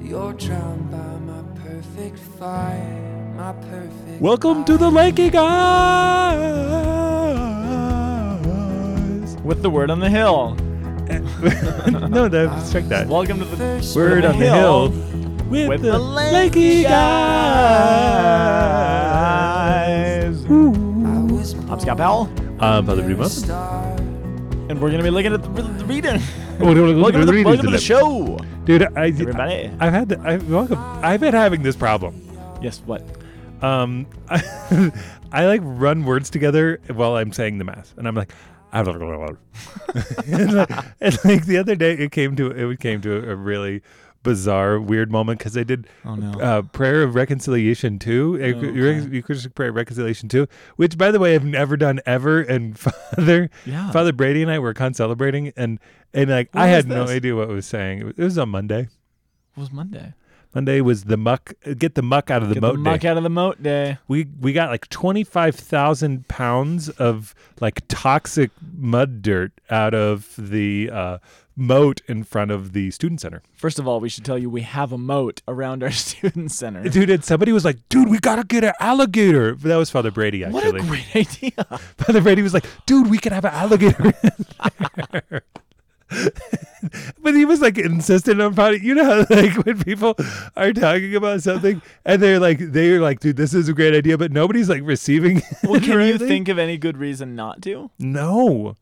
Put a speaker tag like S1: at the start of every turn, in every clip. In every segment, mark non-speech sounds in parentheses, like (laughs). S1: You're drowned by my perfect fire, my perfect.
S2: Welcome to
S1: fire.
S2: the Lanky Guys.
S3: With the word on the hill.
S2: (laughs) no, that's check that.
S3: Welcome to the
S1: First
S2: Word on the hill with,
S3: with
S2: the,
S3: the
S2: Lanky
S3: Lanky
S2: Guys.
S3: guys.
S1: I was born
S3: I'm Scott Powell,
S2: Uh, Brother
S1: under a
S2: Remo.
S1: star.
S3: and we're gonna be looking at the, the reading. Welcome to the, welcome to the
S2: Dude,
S3: show,
S2: I,
S3: everybody.
S2: I've had the, I, welcome. I've been having this problem.
S3: Yes, what?
S2: Um, (laughs) I, I like run words together while I'm saying the mass, and I'm like, and like, (laughs) and like the other day, it came to it came to a really bizarre, weird moment because I did
S3: Oh no.
S2: uh, prayer of reconciliation two, uh,
S3: Oh,
S2: Euchar- Eucharistic prayer of reconciliation two, which by the way I've never done ever. And (laughs) Father
S3: yeah.
S2: Father Brady and I were con celebrating, and and like
S3: When
S2: I
S3: was
S2: had no
S3: this?
S2: idea what it was saying. It was, it was on Monday.
S3: It was Monday.
S2: Monday was the muck. Get the muck out of the
S3: Get
S2: moat
S3: the
S2: day.
S3: muck out of the moat day.
S2: We we got like twenty five thousand pounds of like toxic mud dirt out of the uh, moat in front of the student center.
S3: First of all, we should tell you we have a moat around our (laughs) student center.
S2: Dude, and somebody was like, "Dude, we gotta get an alligator." That was Father Brady
S3: what
S2: actually.
S3: a great (laughs)
S2: (laughs)
S3: idea.
S2: Father Brady was like, dude, we can have an alligator in there. (laughs) but he was like insistent on probably, you know how like when people are talking about something and they're like, they're like, dude, this is a great idea, but nobody's like receiving.
S3: Well, can you
S2: Really?
S3: think of any good reason not to?
S2: (laughs) No.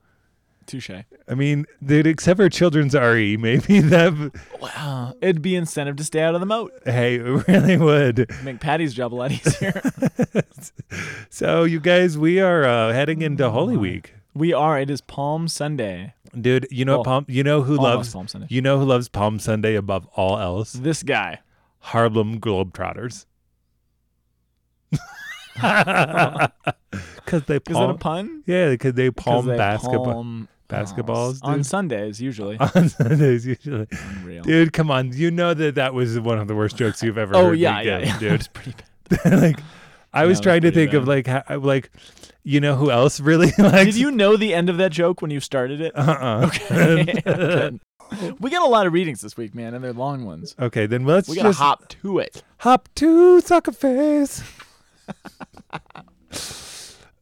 S3: Touche.
S2: I mean, dude, except for children's RE, maybe (laughs) that,
S3: Wow. It'd be incentive to stay out of the moat.
S2: hey, (laughs) it really would.
S3: Make Patty's job a lot (laughs) easier.
S2: So you guys, we are uh, heading
S3: Oh
S2: into Holy Week.
S3: we are. It is Palm Sunday.
S2: Dude, you know,
S3: Well,
S2: Palm, you know who
S3: almost
S2: loves,
S3: Oh. Palm Sunday.
S2: you know who loves Palm Sunday above all else?
S3: This guy.
S2: Harlem (laughs) Globetrotters. (laughs) Because they
S3: Is that a
S2: palm,
S3: pun?
S2: yeah, because they
S3: 'Cause
S2: palm
S3: they
S2: basketball
S3: palm- uh,
S2: basketballs,
S3: on
S2: dude. (laughs)
S3: Sundays usually.
S2: on Sundays usually.
S3: Unreal.
S2: Dude, come on, you know that that was one of the worst jokes you've ever.
S3: oh
S2: heard
S3: yeah,
S2: me
S3: yeah,
S2: give,
S3: yeah.
S2: dude. (laughs)
S3: It's (laughs) pretty bad.
S2: like, I was
S3: that was
S2: trying to
S3: pretty
S2: think of like, how, like, you know who else really (laughs) likes?
S3: Did you know the end of that joke when you
S2: (laughs)
S3: started it? (laughs)
S2: Uh-uh.
S3: Okay. Good. we got a lot of readings this week, man, and they're long ones.
S2: (laughs) okay, then let's
S3: We gotta
S2: just
S3: hop to it.
S2: Hop to sucker
S3: (laughs)
S2: face.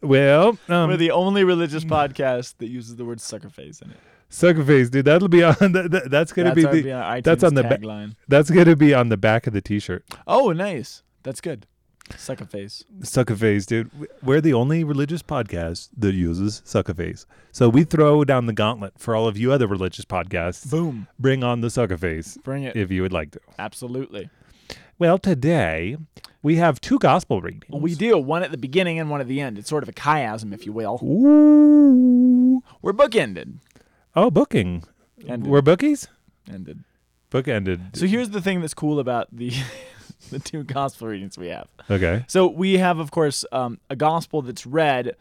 S2: well, um,
S3: We're the only religious podcast that uses the word sucker face in it.
S2: sucker face, dude. That'll be on. (laughs) That, that- that's gonna
S3: That's
S2: be
S3: our
S2: the.
S3: iTunes
S2: that's on the ba-
S3: tagline.
S2: That's gonna be on the back of the T-shirt.
S3: Oh, nice. That's good. Sucker face.
S2: Sucker face, dude. We're the only religious podcast that uses sucker face. So we throw down the gauntlet for all of you other religious podcasts.
S3: Boom.
S2: Bring on the sucker face
S3: Bring it.
S2: if you would like to.
S3: Absolutely.
S2: Well, today we have two gospel readings.
S3: We do one at the beginning and one at the end. It's sort of a chiasm, if you will.
S2: Ooh.
S3: We're bookended.
S2: Oh, booking.
S3: Ended.
S2: We're bookies.
S3: ended.
S2: Bookended.
S3: So here's the thing that's cool about the (laughs) the two gospel readings we have.
S2: okay.
S3: So we have, of course, um, a gospel that's read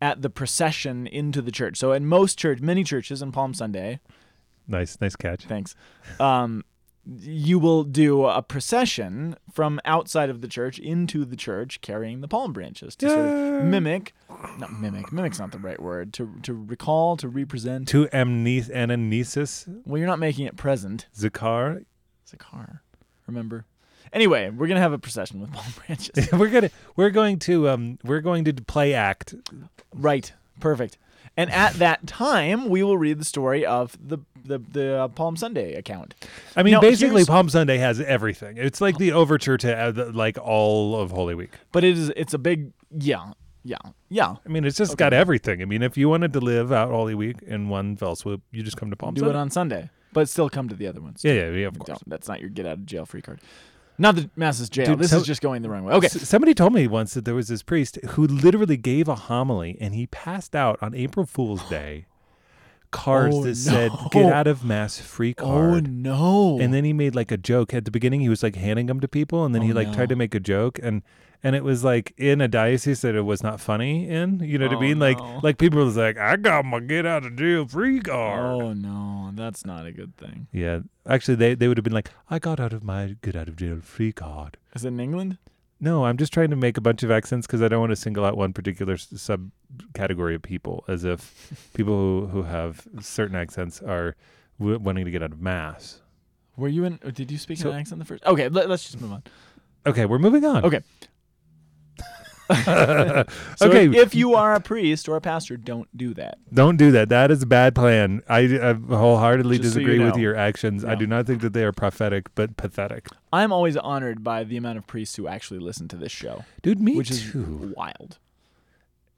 S3: at the procession into the church. So in most church, many churches, on Palm Sunday,
S2: Nice, nice catch.
S3: thanks, um, you will do a procession from outside of the church into the church, carrying the palm branches to sort
S2: Yay.
S3: of mimic, not mimic, mimic's not the right word, to to recall, to represent.
S2: To amnes- Ananesis
S3: Well, you're not making it present.
S2: Zakar.
S3: It's a car. Remember. Anyway, we're gonna have a procession with (laughs) palm branches.
S2: (laughs) we're gonna we're going to um we're going to play act.
S3: right. Perfect. And at that time, we will read the story of the the, the uh, Palm Sunday account.
S2: I mean,
S3: Now,
S2: basically,
S3: here's-
S2: Palm Sunday has everything. It's like the overture to uh, the, like all of Holy Week.
S3: But it is it's a big yeah yeah yeah.
S2: I mean, it's just got everything. I mean, if you wanted to live out Holy Week in one fell swoop, you just come to Palm
S3: Do
S2: Sunday.
S3: it on Sunday, but still come to the other ones.
S2: yeah, yeah, yeah, of course.
S3: Don't. That's not your get out of jail free card. Not the mass is jail.
S2: Dude,
S3: this
S2: so-
S3: is just going the wrong way. Okay.
S2: S- somebody told me once that there was this priest who literally gave a homily and he passed out on April
S3: (gasps)
S2: Fool's Day. Cards
S3: Oh,
S2: that said
S3: no.
S2: "Get out of mass free
S3: Oh
S2: card."
S3: no.
S2: and then he made like a joke at the beginning he was like handing them to people and then he
S3: Oh,
S2: like
S3: no.
S2: tried to make a joke and and it was like in a diocese that it was not funny in you know what i
S3: Oh,
S2: mean like
S3: no.
S2: like people was like i got my get out of jail free card
S3: oh no, that's not a good thing.
S2: yeah actually they, they would have been like i got out of my get out of jail free card
S3: Is it in England?
S2: no i'm just trying to make a bunch of accents because i don't want to single out one particular s- subcategory of people as
S3: (laughs)
S2: if people who, who have certain accents are w- wanting to get out of mass
S3: Were you in? Did you speak
S2: So-
S3: in an accent the first? Okay, let, us
S2: (laughs)
S3: just move on.
S2: Okay, we're moving on. (laughs)
S3: Okay. So
S2: okay,
S3: If you are a priest or a pastor, don't do that.
S2: don't do that. That is a bad plan. I, I wholeheartedly
S3: Just so you
S2: disagree with
S3: know.
S2: your actions. I
S3: No.
S2: do not think that they are prophetic, but pathetic.
S3: I'm always honored by the amount of priests who actually listen to this show,
S2: Dude, me
S3: which is
S2: too.
S3: wild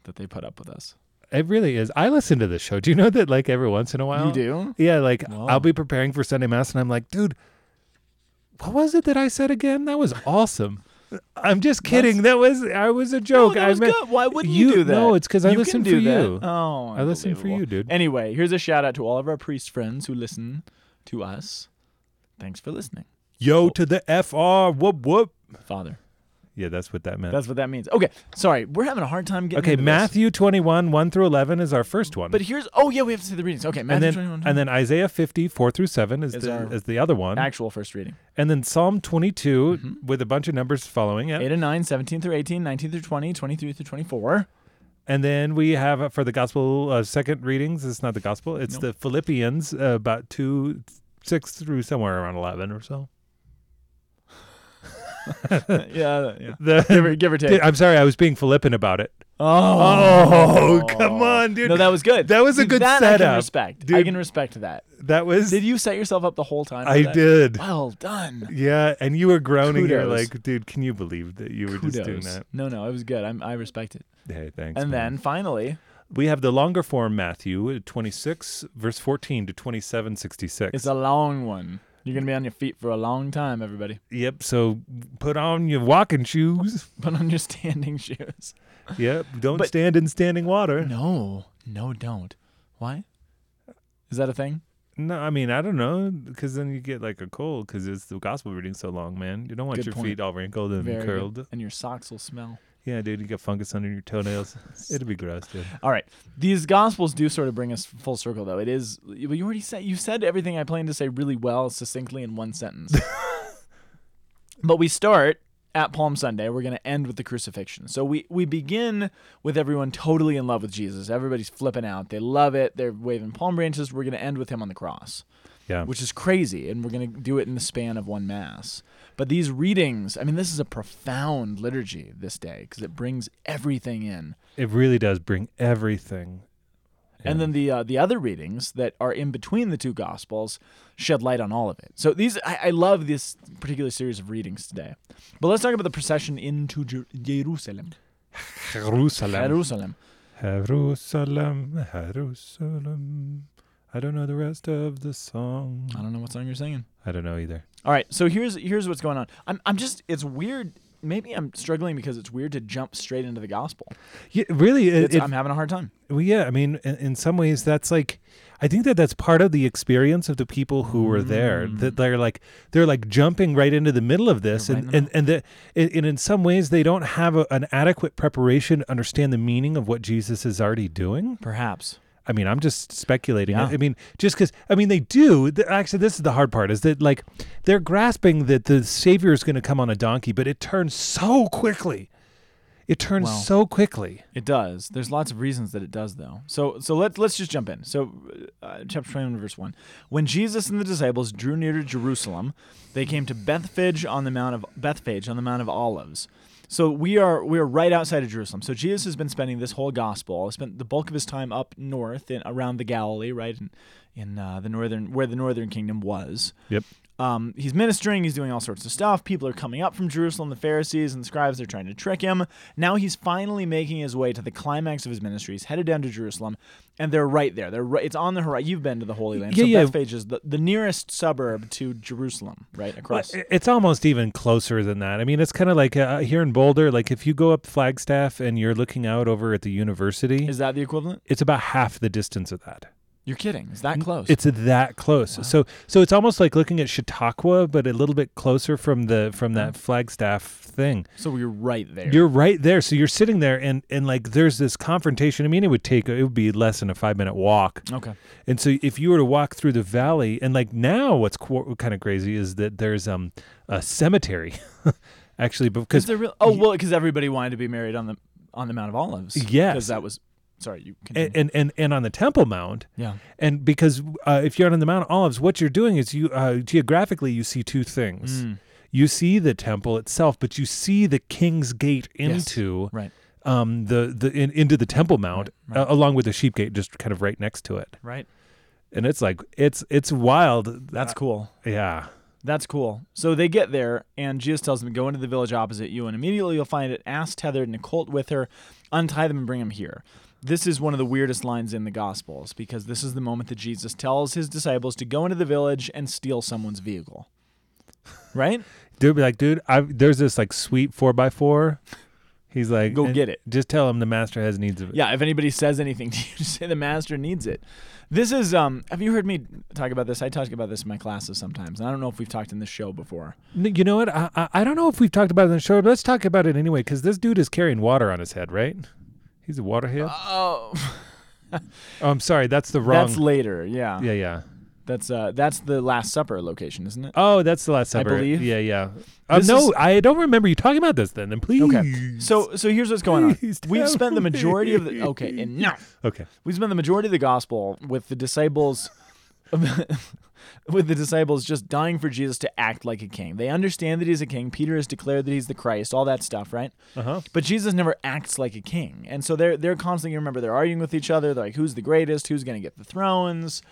S3: that they put up with us.
S2: It really is. I listen to this show. Do you know that like every once in a while?
S3: you do?
S2: Yeah, like
S3: Wow.
S2: I'll be preparing for Sunday mass and I'm like, dude, what was it that I said again? That was awesome. I'm just kidding. that was I was a
S3: No,
S2: joke.
S3: that
S2: I
S3: was
S2: meant
S3: good. Why wouldn't you,
S2: you-
S3: do that?
S2: no, it's 'cause I
S3: You can
S2: listen
S3: do
S2: for
S3: that.
S2: you.
S3: Oh,
S2: I listen for
S3: unbelievable.
S2: you, dude.
S3: Anyway, here's a shout out to all of our priest friends who listen to us. Thanks for listening,
S2: Yo to the FR. Whoop whoop.
S3: Father.
S2: Yeah, that's what that meant.
S3: That's what that means. Okay, sorry, we're having a hard time getting.
S2: okay,
S3: into this.
S2: Matthew 21, 1 through 11 is our first one.
S3: But here's oh yeah, we have to say the readings. Okay, Matthew
S2: and then
S3: 21,
S2: and then Isaiah 50, 4 through 7 is,
S3: Is
S2: the
S3: our-
S2: is the other one.
S3: actual first reading.
S2: and then Psalm 22
S3: Mm-hmm.
S2: with a bunch of numbers following it.
S3: 8 and 9, 17 through 18, 19 through 20, 23 through
S2: (laughs)
S3: 24.
S2: And then we have uh, for the gospel uh, second readings. It's not the gospel. It's
S3: Nope.
S2: the Philippians, uh, about two, six through somewhere around eleven or
S3: (laughs)
S2: so.
S3: (laughs) yeah, yeah. Give
S2: The,
S3: or, give or take.
S2: Dude, I'm sorry, I was being flippant about it.
S3: Oh,
S2: Oh, come on, dude.
S3: No, that was good.
S2: That was a
S3: Dude,
S2: good
S3: that I
S2: setup,
S3: can respect. I
S2: dude.
S3: can respect that.
S2: That was
S3: Did you set yourself up the whole time? for
S2: I
S3: that?
S2: did.
S3: Well done.
S2: Yeah, and you were groaning. You're
S3: Kudos.
S2: like, dude, can you believe that you were just doing
S3: Kudos.
S2: that?
S3: No, no, it was good. I'm, I respect it.
S2: Hey, thanks. man.
S3: And then finally,
S2: we have the longer form Matthew 26 verse 14 to 27 66.
S3: it's a long one. You're gonna be on your feet for a long time, everybody.
S2: yep. So put on your walking shoes.
S3: (laughs) Put on your standing shoes.
S2: Yep. Don't
S3: But-
S2: stand in standing water.
S3: No, no, don't. Why? Is that a thing?
S2: No, I mean I don't know, because then you get like a cold because it's the gospel reading so long, man. You don't want
S3: Good
S2: your
S3: point.
S2: feet all wrinkled and
S3: Very good.
S2: curled.
S3: And your socks will smell.
S2: Yeah, dude, you got fungus under your
S3: (laughs)
S2: toenails. It'll be gross, dude.
S3: All right, these gospels do sort of bring us full circle, though. It is well, you already said you said everything I planned to say really well, succinctly in one sentence. but we start at Palm Sunday. We're going to end with the crucifixion. So we we begin with everyone totally in love with Jesus. Everybody's flipping out. They love it. They're waving palm branches. We're going to end with him on the cross.
S2: Yeah.
S3: which is crazy. And we're going to do it in the span of one Mass. But these readings, I mean, this is a profound liturgy this day because it brings everything in.
S2: It really does bring everything.
S3: And then the uh, the other readings that are in between the two Gospels shed light on all of it. So these, I, I love this particular series of readings today. But let's talk about the procession into Jer- Jerusalem.
S2: Jerusalem.
S3: Jerusalem.
S2: Jerusalem. Jerusalem. I don't know the rest of the song.
S3: I don't know what song you're singing.
S2: I don't know either.
S3: All right, so here's here's what's going on. I'm I'm just it's weird. Maybe I'm struggling because it's weird to jump straight into the gospel.
S2: Yeah, really, it,
S3: It's,
S2: it,
S3: I'm having a hard time.
S2: Well, yeah, I mean, in, in some ways, that's like, I think that that's part of the experience of the people who were there. That they're like, they're like jumping right into the middle of this,
S3: They're
S2: and
S3: right in
S2: and
S3: the
S2: and, the, and and in some ways, they don't have a, an adequate preparation to understand the meaning of what Jesus is already doing.
S3: Perhaps.
S2: I mean, I'm just speculating.
S3: Yeah.
S2: I mean, just because I mean they do. th- Actually, this is the hard part: is that like they're grasping that the Savior is going to come on a donkey, but it turns so quickly. It turns
S3: Wow.
S2: so quickly.
S3: It does. There's lots of reasons that it does, though. So so let's let's just jump in. So uh, chapter 21, verse one. When Jesus and the disciples drew near to Jerusalem, they came to Bethphage on the Mount of Bethphage on the Mount of Olives. So we are we are right outside of Jerusalem. So Jesus has been spending this whole gospel, spent the bulk of his time up north in around the Galilee, right in, in uh, the northern where the northern kingdom was.
S2: Yep.
S3: Um, he's ministering, he's doing all sorts of stuff. People are coming up from Jerusalem, the Pharisees and the scribes are trying to trick him. Now he's finally making his way to the climax of his ministry. He's headed down to Jerusalem, and they're right there. They're right, it's on the horizon. You've been to the Holy Land.
S2: Yeah,
S3: so
S2: yeah.
S3: Bethphage is the, the nearest suburb to Jerusalem, right? Across.
S2: Well, i- It's almost even closer than that. I mean, it's kind of like uh, here in Boulder, like if you go up Flagstaff and you're looking out over at the university,
S3: is that the equivalent?
S2: it's about half the distance of that.
S3: You're kidding. Is that close?
S2: It's that close. So so it's almost like looking at Chautauqua but a little bit closer from the from that Flagstaff thing.
S3: so we're right there.
S2: You're right there. So you're sitting there and and like there's this confrontation. I mean, it would take it would be less than a 5-minute walk.
S3: okay.
S2: And so if you were to walk through the valley, and like now, what's qu- kind of crazy is that there's um a cemetery, (laughs) actually,
S3: Is
S2: because
S3: there real? Oh well, because everybody wanted to be married on the on the Mount of Olives.
S2: Yes.
S3: Because that was Sorry, you. Continue.
S2: and, and and and on the Temple Mount.
S3: yeah.
S2: And because uh, if you're on the Mount of Olives, what you're doing is you uh, geographically you see two things.
S3: Mm,
S2: You see the temple itself, but you see the King's Gate
S3: Yes.
S2: into
S3: right.
S2: um, the the in, into the Temple Mount,
S3: Right, right.
S2: Uh, along with the Sheep Gate, just kind of right next to it.
S3: Right.
S2: And it's like it's it's wild.
S3: That's cool.
S2: yeah.
S3: That's cool. So they get there, and Jesus tells them, Go into the village opposite you, and immediately you'll find it ass tethered and a colt with her. Untie them and bring them here. This is one of the weirdest lines in the Gospels because this is the moment that Jesus tells his disciples to go into the village and steal someone's vehicle. (laughs) Right?
S2: Dude, be like, dude, I, there's this like sweet four by four. He's like,
S3: Go
S2: "And
S3: get it."
S2: Just tell him the master has needs of it.
S3: Yeah, if anybody says anything (laughs) to you, just say the master needs it. This is um have you heard me talk about this? I talk about this in my classes sometimes. and I don't know if we've talked in this show before.
S2: N- You know what? I, I I don't know if we've talked about it on the show, but let's talk about it anyway. Because this dude is carrying water on his head, right? He's a waterhead.
S3: Oh
S2: oh, I'm sorry, that's the wrong.
S3: that's later, yeah.
S2: yeah, yeah.
S3: That's uh that's the Last Supper location, isn't it?
S2: Oh, that's the last
S3: I
S2: supper.
S3: believe.
S2: Yeah, yeah. Um,
S3: This
S2: no,
S3: is-
S2: I don't remember you talking about this. Then, then please.
S3: Okay. So so here's what's going on.
S2: Please
S3: We've
S2: tell
S3: spent the majority of the
S2: me.
S3: okay, and
S2: (laughs)
S3: no.
S2: Okay.
S3: We've spent the majority of the gospel with the disciples (laughs) with the disciples just dying for Jesus to act like a king. They understand that he's a king. Peter has declared that he's the Christ, all that stuff, right?
S2: Uh huh.
S3: But Jesus never acts like a king. And so they're they're constantly remember they're arguing with each other, they're like who's the greatest, who's going to get the thrones.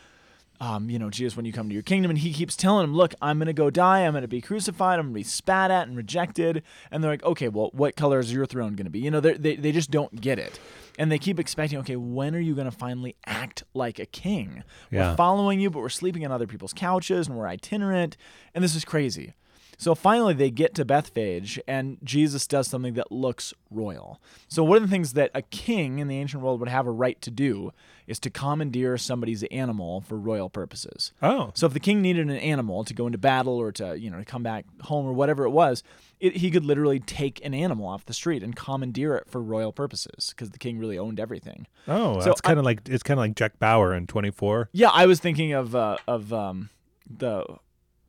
S3: Um, you know, Jesus, when you come to your kingdom, and he keeps telling him, Look, I'm going to go die. I'm going to be crucified. I'm going to be spat at and rejected. And they're like, Okay, well, what color is your throne going to be? You know, they're- they, they just don't get it. And they keep expecting, Okay, when are you going to finally act like a king?
S2: Yeah.
S3: We're following you, but we're sleeping on other people's couches and we're itinerant. And this is crazy. So finally, they get to Bethphage, and Jesus does something that looks royal. So, one of the things that a king in the ancient world would have a right to do is to commandeer somebody's animal for royal purposes.
S2: Oh.
S3: So, if the king needed an animal to go into battle or to, you know, to come back home or whatever it was, it, he could literally take an animal off the street and commandeer it for royal purposes because the king really owned everything.
S2: Oh,
S3: So
S2: that's
S3: I-
S2: kind of like it's kind of like Jack Bauer in 24.
S3: Yeah, I was thinking of uh, of um, the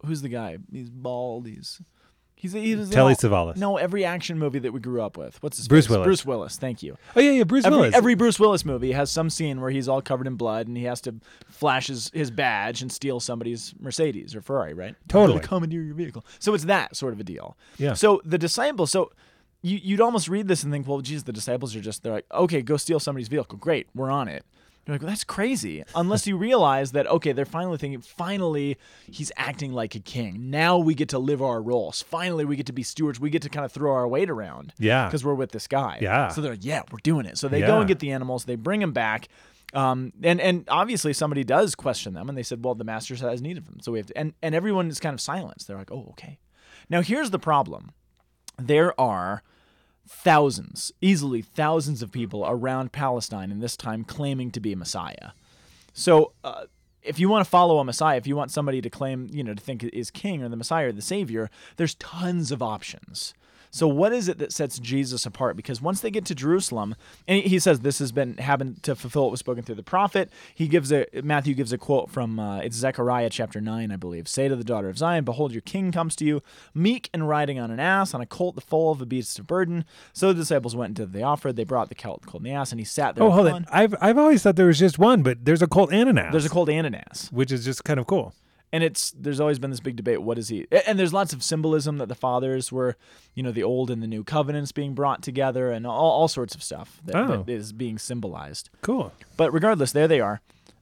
S3: who's the guy? He's bald. He's he's he was in
S2: Telly
S3: all-
S2: Savalas.
S3: No, every action movie that we grew up with. What's his
S2: Bruce
S3: face?
S2: Willis.
S3: Bruce Willis. Thank you.
S2: Oh yeah, yeah. Bruce
S3: every,
S2: Willis.
S3: every Bruce Willis movie has some scene where he's all covered in blood and he has to flash his, his badge and steal somebody's Mercedes or Ferrari, right?
S2: Totally.
S3: To commandeer your vehicle. So it's that sort of a deal.
S2: Yeah.
S3: So the disciples, so you, you'd almost read this and think, well, geez, the disciples are just, they're like, okay, go steal somebody's vehicle. Great, we're on it. You're like, well, that's crazy. Unless you realize that, okay, they're finally thinking, finally, he's acting like a king. Now we get to live our roles. Finally, we get to be stewards. We get to kind of throw our weight around
S2: yeah.
S3: because we're with this guy.
S2: Yeah.
S3: So they're like, yeah, we're doing it. So they go
S2: Yeah.
S3: and get the animals. They bring them back. Um, and and obviously somebody does question them, and they said, well, the master has need of them, so we have to. And and everyone is kind of silenced. They're like, oh, okay. Now here's the problem. There are thousands, easily thousands of people around Palestine, and this time claiming to be Messiah. So, uh, if you want to follow a Messiah, if you want somebody to claim, you know, to think is king or the Messiah or the Savior, there's tons of options. So, what is it that sets Jesus apart? Because once they get to Jerusalem, and he- he says this has been happened to fulfill what was spoken through the prophet. He gives a Matthew gives a quote from uh, it's Zechariah chapter nine, I believe. Say to the daughter of Zion, behold, your king comes to you, meek and riding on an ass, on a colt, the foal of a beast of burden. So the disciples went into the offer. They brought the colt, colt and the ass, and he sat there.
S2: oh, hold
S3: upon-
S2: on. I've I've always thought there was just one, but there's a Colt and an ass,
S3: There's a colt and an ass.
S2: which is just kind of cool.
S3: and it's there's always been this big debate what is he a- and there's lots of symbolism that the fathers were you know the old and the new covenants being brought together and all, all sorts of stuff that,
S2: Oh.
S3: that is being symbolized
S2: Cool.
S3: but regardless there they are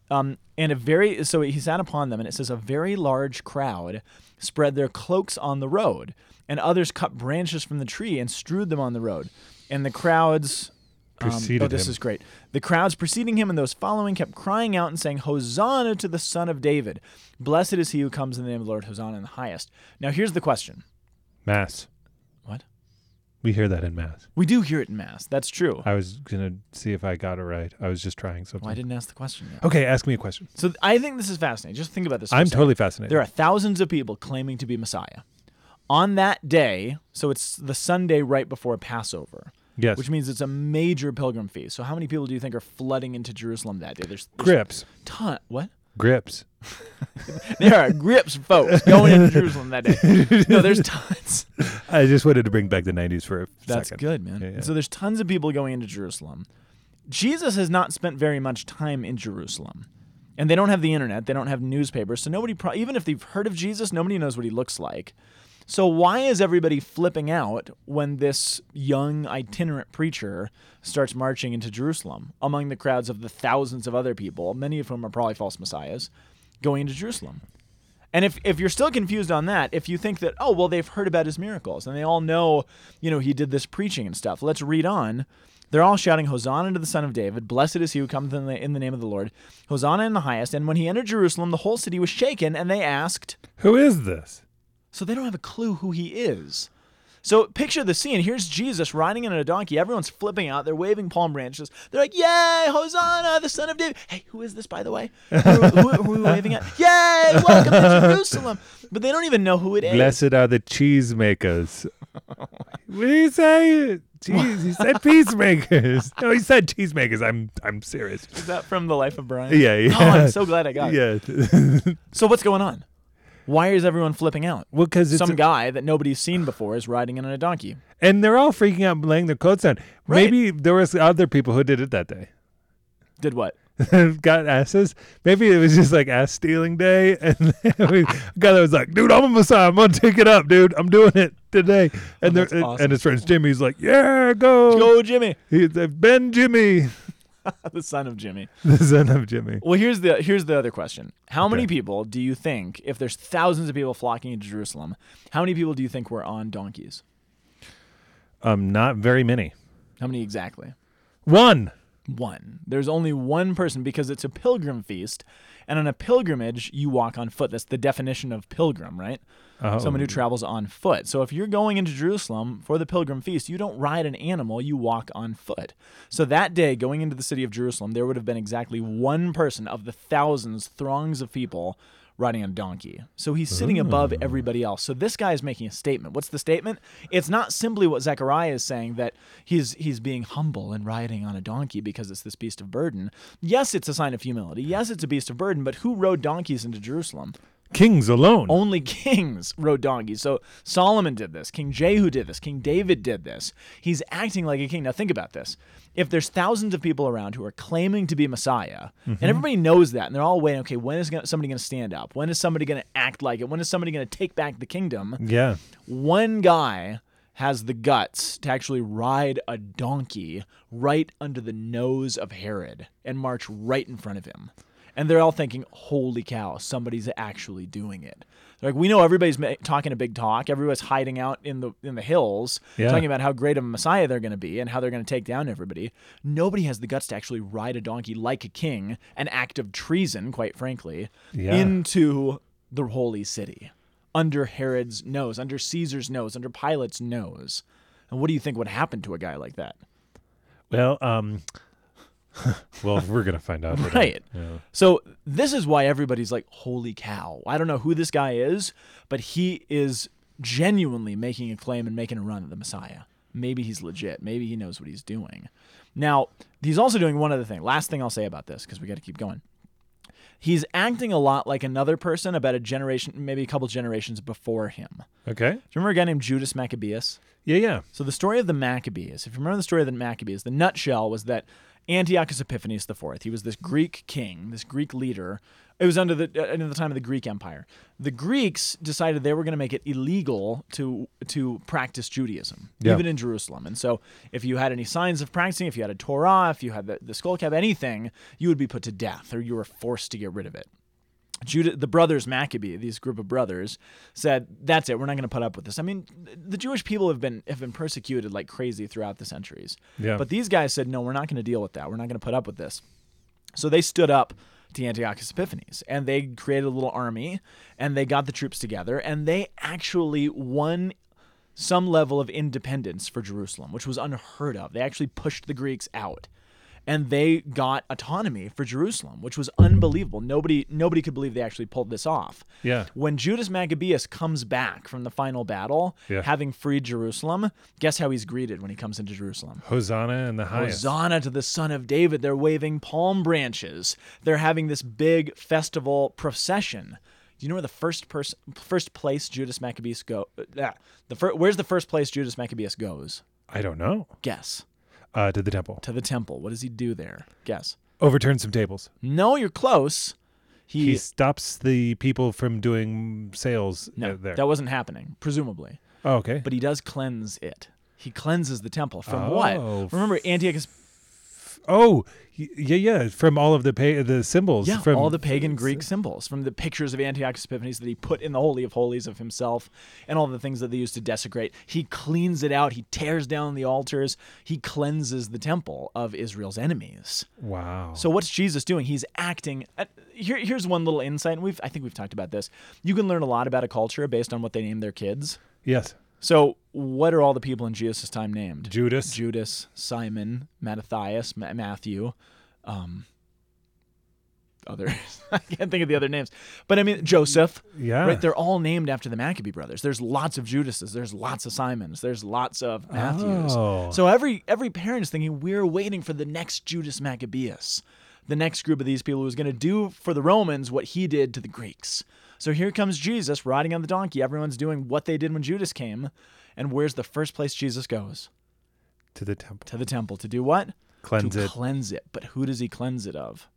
S3: um, and a very so he sat upon them and it says a very large crowd spread their cloaks on the road and others cut branches from the tree and strewed them on the road and the crowds um,
S2: Preceded
S3: oh, this
S2: him.
S3: is great. The crowds preceding him and those following kept crying out and saying, Hosanna to the Son of David. Blessed is he who comes in the name of the Lord, Hosanna in the highest. Now, here's the question.
S2: Mass.
S3: What?
S2: We hear that in mass.
S3: We do hear it in Mass. That's true.
S2: I was gonna see if I got it right. I was just trying something.
S3: Well, I didn't ask the question yet.
S2: Okay, ask me a question.
S3: So th- I think this is fascinating. Just think about this. for a
S2: I'm
S3: second.
S2: totally fascinated.
S3: There are thousands of people claiming to be Messiah. On that day, so it's the Sunday right before Passover,
S2: yes.
S3: which means it's a major pilgrim feast. So how many people do you think are flooding into Jerusalem that day? There's, there's
S2: grips.
S3: ton. What?
S2: Grips.
S3: There are (laughs) grips, folks, going into Jerusalem that day. No, there's tons.
S2: I just wanted to bring back the 90s for a
S3: That's
S2: second.
S3: good, man.
S2: Yeah, yeah.
S3: So there's tons of people going into Jerusalem. Jesus has not spent very much time in Jerusalem. And they don't have the internet, they don't have newspapers, so nobody pro- even if they've heard of Jesus, nobody knows what he looks like. So why is everybody flipping out when this young itinerant preacher starts marching into Jerusalem among the crowds of the thousands of other people, many of whom are probably false messiahs, going into Jerusalem? And if, if you're still confused on that, if you think that, oh, well, they've heard about his miracles and they all know, you know, he did this preaching and stuff, let's read on. They're all shouting, Hosanna to the Son of David. Blessed is he who cometh in the, in the name of the Lord. Hosanna in the highest. And when he entered Jerusalem, the whole city was shaken and they asked,
S2: Who is this?
S3: so they don't have a clue who he is. So picture the scene. Here's Jesus riding in on a donkey. Everyone's flipping out. They're waving palm branches. They're like, "Yay, Hosanna, the Son of David!" Hey, who is this, by the way? Who, who, who are we
S2: (laughs)
S3: waving at? Yay, welcome to Jerusalem! But they don't even know who it is.
S2: Blessed are the
S3: (laughs)
S2: cheesemakers.
S3: Oh
S2: what did he say? Cheese. He said
S3: (laughs)
S2: peacemakers. no, he said cheesemakers. I'm I'm serious.
S3: Is that from the Life of Brian?
S2: Yeah, yeah.
S3: Oh, I'm so glad I got it.
S2: Yeah. (laughs)
S3: So what's going on? Why is everyone flipping out?
S2: well, because it's
S3: Some
S2: a-
S3: guy that nobody's seen before is riding in on a donkey.
S2: and they're all freaking out, and laying their coats down.
S3: Right.
S2: Maybe there was other people who did it that day. (laughs)
S3: Did what?
S2: got asses. Maybe it was just like ass stealing day, (laughs) and we, a guy that was like, "Dude, I'm a messiah. I'm gonna take it up, dude. I'm doing it today." And
S3: Oh,
S2: they're
S3: that's awesome.
S2: and his friends Jimmy's like, "Yeah, go,
S3: Go, Jimmy, (laughs)
S2: He's like, ben Jimmy, (laughs)
S3: the son of Jimmy.
S2: the son of Jimmy.
S3: Well, here's the here's the other question. How many people do you think, if there's thousands of people flocking into Jerusalem, how many people do you think were on donkeys?
S2: Um, not very many.
S3: How many exactly?
S2: One.
S3: One. There's only one person because it's a pilgrim feast, and on a pilgrimage you walk on foot. That's the definition of pilgrim, right?
S2: Oh.
S3: Someone who travels on foot. So if you're going into Jerusalem for the pilgrim feast, you don't ride an animal, you walk on foot. So that day, going into the city of Jerusalem, there would have been exactly one person of the thousands, throngs of people riding on a donkey. So he's sitting above everybody else. So this guy is making a statement. What's the statement? It's not simply what Zechariah is saying that he's he's being humble and riding on a donkey because it's this beast of burden. Yes, it's a sign of humility. Yes, it's a beast of burden, but who rode donkeys into Jerusalem?
S2: Kings alone.
S3: only kings (laughs) rode donkeys. So Solomon did this, King Jehu did this, King David did this. He's acting like a king. Now think about this. If there's thousands of people around who are claiming to be Messiah, and everybody knows that, and they're all waiting, okay, when is gonna, somebody going to stand up? When is somebody going to act like it? When is somebody going to take back the kingdom?
S2: Yeah.
S3: one guy has the guts to actually ride a donkey right under the nose of Herod and march right in front of him. And they're all thinking, holy cow, somebody's actually doing it. They're like, we know everybody's ma- talking a big talk. Everybody's hiding out in the in the hills,
S2: Yeah.
S3: talking about how great of a messiah they're going to be and how they're going to take down everybody. Nobody has the guts to actually ride a donkey like a king, an act of treason, quite frankly,
S2: Yeah.
S3: into the holy city, under Herod's nose, under Caesar's nose, under Pilate's nose. And what do you think would happen to a guy like that?
S2: Well, um, (laughs) well, we're gonna find out. today.
S3: Right.
S2: Yeah.
S3: So this is why everybody's like, holy cow. I don't know who this guy is, but he is genuinely making a claim and making a run at the Messiah. Maybe he's legit. Maybe he knows what he's doing. Now, he's also doing one other thing. Last thing I'll say about this, because we got to keep going. He's acting a lot like another person about a generation, maybe a couple generations before him.
S2: Okay.
S3: Do you remember a guy named Judas Maccabeus?
S2: Yeah. Yeah.
S3: So the story of the Maccabees, if you remember the story of the Maccabees, the nutshell was that Antiochus Epiphanes IV, he was this Greek king, this Greek leader. It was under the uh, under the time of the Greek Empire. The Greeks decided they were going to make it illegal to to practice Judaism,
S2: Yeah.
S3: even in Jerusalem. And so, if you had any signs of practicing, if you had a Torah, if you had the, the skull cap, anything, you would be put to death, or you were forced to get rid of it. Judah, the brothers Maccabee, these group of brothers, said, "That's it. We're not going to put up with this." I mean, the Jewish people have been have been persecuted like crazy throughout the centuries.
S2: Yeah.
S3: But these guys said, "No, we're not going to deal with that. We're not going to put up with this." So they stood up to Antiochus Epiphanes and they created a little army and they got the troops together and they actually won some level of independence for Jerusalem, which was unheard of. They actually pushed the Greeks out. And they got autonomy for Jerusalem, which was unbelievable. Nobody nobody could believe they actually pulled this off.
S2: Yeah.
S3: When Judas Maccabeus comes back from the final battle,
S2: Yeah.
S3: having freed Jerusalem, guess how he's greeted when he comes into Jerusalem?
S2: Hosanna in the highest.
S3: Hosanna to the Son of David. They're waving palm branches. They're having this big festival procession. Do you know where the first person, first place Judas Maccabeus go? Uh, the fir- where's the first place Judas Maccabeus goes?
S2: I don't know.
S3: Guess.
S2: uh, to the temple,
S3: to the temple. What does he do there? Guess.
S2: overturns some tables.
S3: No, you're close. He,
S2: He stops the people from doing sales
S3: no,
S2: uh, there.
S3: that wasn't happening, presumably.
S2: oh, okay.
S3: But he does cleanse it. He cleanses the temple from
S2: Oh,
S3: what? Remember, Antiochus
S2: oh, y- yeah, yeah. From all of the pa- the symbols.
S3: Yeah,
S2: from
S3: all the pagan Greek symbols, from the pictures of Antiochus Epiphanes that he put in the Holy of Holies of himself, and all the things that they used to desecrate. He cleans it out. He tears down the altars. He cleanses the temple of Israel's enemies.
S2: Wow.
S3: So what's Jesus doing? He's acting. At, here, here's one little insight. and We've, I think we've talked about this. You can learn a lot about a culture based on what they name their kids.
S2: yes,
S3: So what are all the people in Jesus' time named?
S2: Judas.
S3: Judas, Simon, Mattathias, Ma- Matthew, um, others. (laughs) I can't think of the other names. But I mean, Joseph.
S2: Yeah.
S3: Right? They're all named after the Maccabee brothers. There's lots of Judases. There's lots of Simons. There's lots of Matthews.
S2: Oh.
S3: So every every parent is thinking, we're waiting for the next Judas Maccabeus, the next group of these people who's going to do for the Romans what he did to the Greeks. So here comes Jesus riding on the donkey. Everyone's doing what they did when Judas came. And where's the first place Jesus goes?
S2: to the temple.
S3: to the temple to do what?
S2: Cleanse
S3: to
S2: it.
S3: cleanse it. But who does he cleanse it of?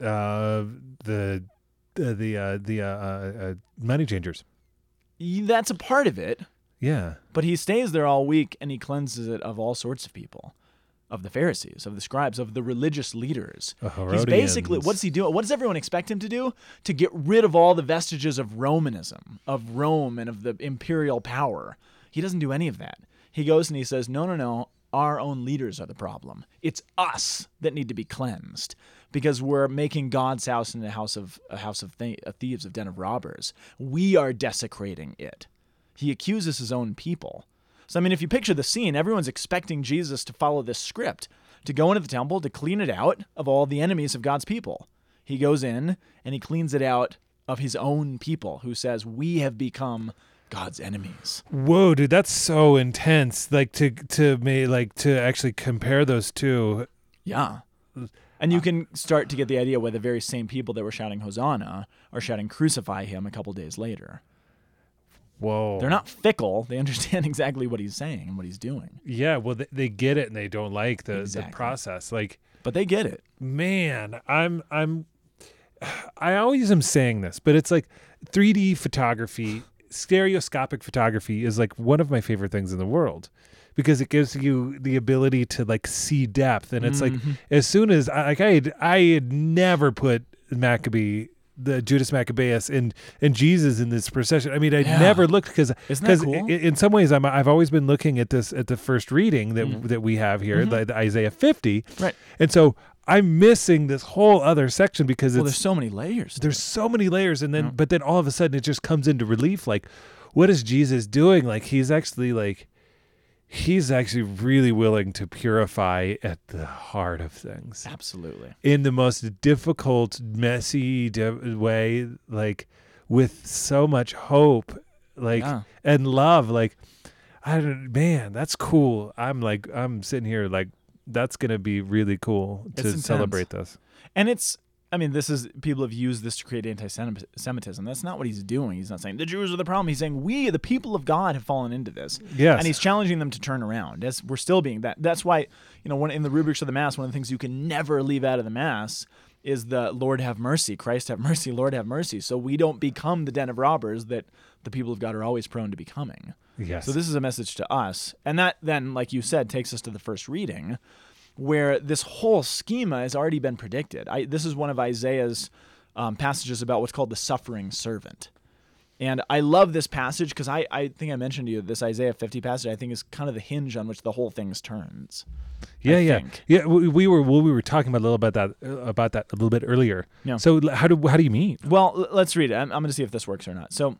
S2: uh, the the the uh, the uh, uh, uh, money changers.
S3: Y- That's a part of it.
S2: Yeah.
S3: But he stays there all week and he cleanses it of all sorts of people. Of the Pharisees, of the scribes, of the religious leaders.
S2: The
S3: He's basically,
S2: Herodians.
S3: what's he doing? What does everyone expect him to do? To get rid of all the vestiges of Romanism, of Rome, and of the imperial power. He doesn't do any of that. He goes and he says, no, no, no, our own leaders are the problem. It's us that need to be cleansed because we're making God's house into a house of a house of th- thieves, of den of robbers. We are desecrating it. He accuses his own people. So, I mean, if you picture the scene, everyone's expecting Jesus to follow this script, to go into the temple, to clean it out of all the enemies of God's people. He goes in and he cleans it out of his own people, who says, We have become God's enemies.
S2: Whoa, dude, that's so intense. Like to to me, like to actually compare those two.
S3: Yeah. And you can start to get the idea why the very same people that were shouting Hosanna are shouting Crucify Him a couple days later.
S2: Whoa.
S3: They're not fickle, they understand (laughs) exactly what he's saying and what he's doing,
S2: Yeah. Well, they, they get it and they don't like the,
S3: Exactly.
S2: the process. Like,
S3: but they get it.
S2: man, I'm I'm. (sighs) I always am saying this, but it's like 3D photography, stereoscopic photography is like one of my favorite things in the world because it gives you the ability to like see depth. And it's like as soon as I like I had, I had never put Maccabee the Judas Maccabeus and and Jesus in this procession. I mean, I
S3: Yeah.
S2: never looked because
S3: Isn't
S2: because
S3: that cool?
S2: in some ways I'm I've always been looking at this at the first reading that that we have here, like the Isaiah 50,
S3: Mm-hmm. Right.
S2: And so I'm missing this whole other section because
S3: Well,
S2: it's
S3: there's so many layers. to
S2: there's so many layers and then but then all of a sudden it just comes into relief like what is jesus doing like he's actually like he's actually really willing to purify at the heart of things
S3: it. Absolutely.
S2: in the most difficult messy di- way like with so much hope like
S3: Yeah.
S2: and love like i don't man that's cool i'm like i'm sitting here like that's gonna be really cool
S3: It's
S2: to
S3: intense.
S2: celebrate this
S3: And it's, I mean, this is, people have used this to create anti Semitism. That's not what he's doing. He's not saying the Jews are the problem. He's saying we, the people of God, have fallen into this.
S2: Yes.
S3: And he's challenging them to turn around. As we're still being that. That's why, you know, one, in the rubrics of the Mass, one of the things you can never leave out of the Mass is the Lord have mercy, Christ have mercy, Lord have mercy. So we don't become the den of robbers that the people of God are always prone to becoming.
S2: yes
S3: So this is a message to us. And that then, like you said, takes us to the first reading where this whole schema has already been predicted. I, this is one of Isaiah's um, passages about what's called the suffering servant. And I love this passage because I, I think I mentioned to you this Isaiah 50 passage, I think is kind of the hinge on which the whole thing turns.
S2: Yeah, yeah,
S3: think.
S2: yeah. We, we were well, we were talking about a little about that uh, about that a little bit earlier.
S3: Yeah.
S2: So l- how do how do you mean?
S3: Well, l- let's read it. I'm, I'm going to see if this works or not. So,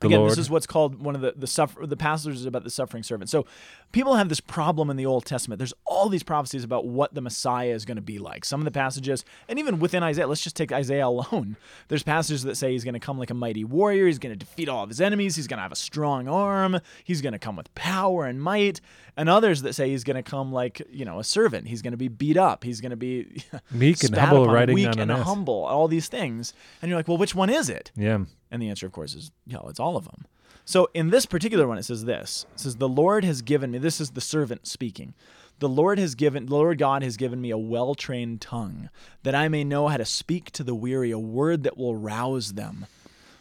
S2: The
S3: again,
S2: Lord.
S3: this is what's called one of the the suffer the passages about the suffering servant. So, people have this problem in the Old Testament. There's all these prophecies about what the Messiah is going to be like. Some of the passages, and even within Isaiah, let's just take Isaiah alone. (laughs) There's passages that say he's going to come like a mighty warrior. He's going to defeat all of his enemies. He's going to have a strong arm. He's going to come with power and might. And others that say he's going to come like you know a servant. He's going to be beat up. He's going to be (laughs)
S2: Meek and
S3: spat
S2: humble,
S3: upon,
S2: riding
S3: weak
S2: on an
S3: and
S2: ass.
S3: humble, all these things. And you're like, well, which one is it?
S2: Yeah.
S3: And the answer, of course, is you know, it's all of them. So in this particular one, it says this: it says the Lord has given me. This is the servant speaking. The Lord has given the Lord God has given me a well-trained tongue that I may know how to speak to the weary a word that will rouse them.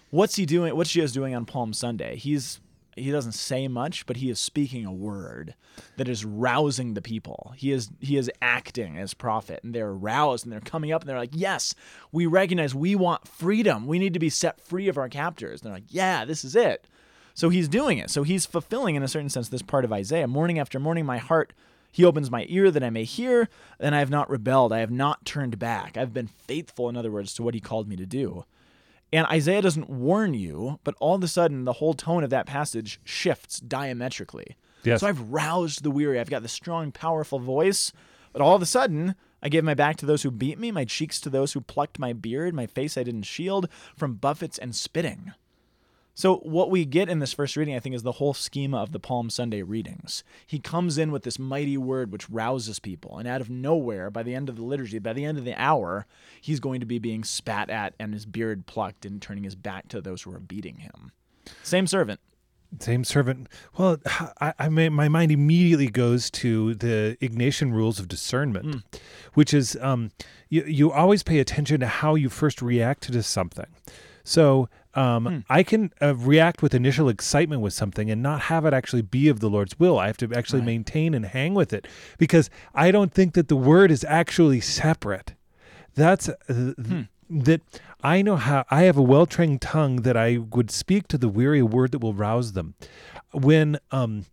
S3: What's he doing? What's Jesus doing on Palm Sunday? He's he doesn't say much, but he is speaking a word that is rousing the people. He is he is acting as prophet, and they're roused and they're coming up and they're like, "Yes, we recognize we want freedom. We need to be set free of our captors." And they're like, "Yeah, this is it." So he's doing it. So he's fulfilling, in a certain sense, this part of Isaiah. Morning after morning, my heart, he opens my ear that I may hear, and I have not rebelled. I have not turned back. I've been faithful, in other words, to what he called me to do. And Isaiah doesn't warn you, but all of a sudden, the whole tone of that passage shifts diametrically.
S2: Yes.
S3: So I've roused the weary. I've got this strong, powerful voice, but all of a sudden, I gave my back to those who beat me, my cheeks to those who plucked my beard, my face I didn't shield from buffets and spitting. So what we get in this first reading, I think, is the whole schema of the Palm Sunday readings. He comes in with this mighty word which rouses people, and out of nowhere, by the end of the liturgy, by the end of the hour, he's going to be being spat at and his beard plucked and turning his back to those who are beating him. Same servant.
S2: Same servant. Well, I, I my, my mind immediately goes to the Ignatian rules of discernment, which is um, you you always pay attention to how you first react to something. So um, I can uh, react with initial excitement with something and not have it actually be of the Lord's will. I have to actually maintain and hang with it because I don't think that the word is actually separate that's uh, th- that I know how I have a well-trained tongue that I would speak to the weary a word that will rouse them. When um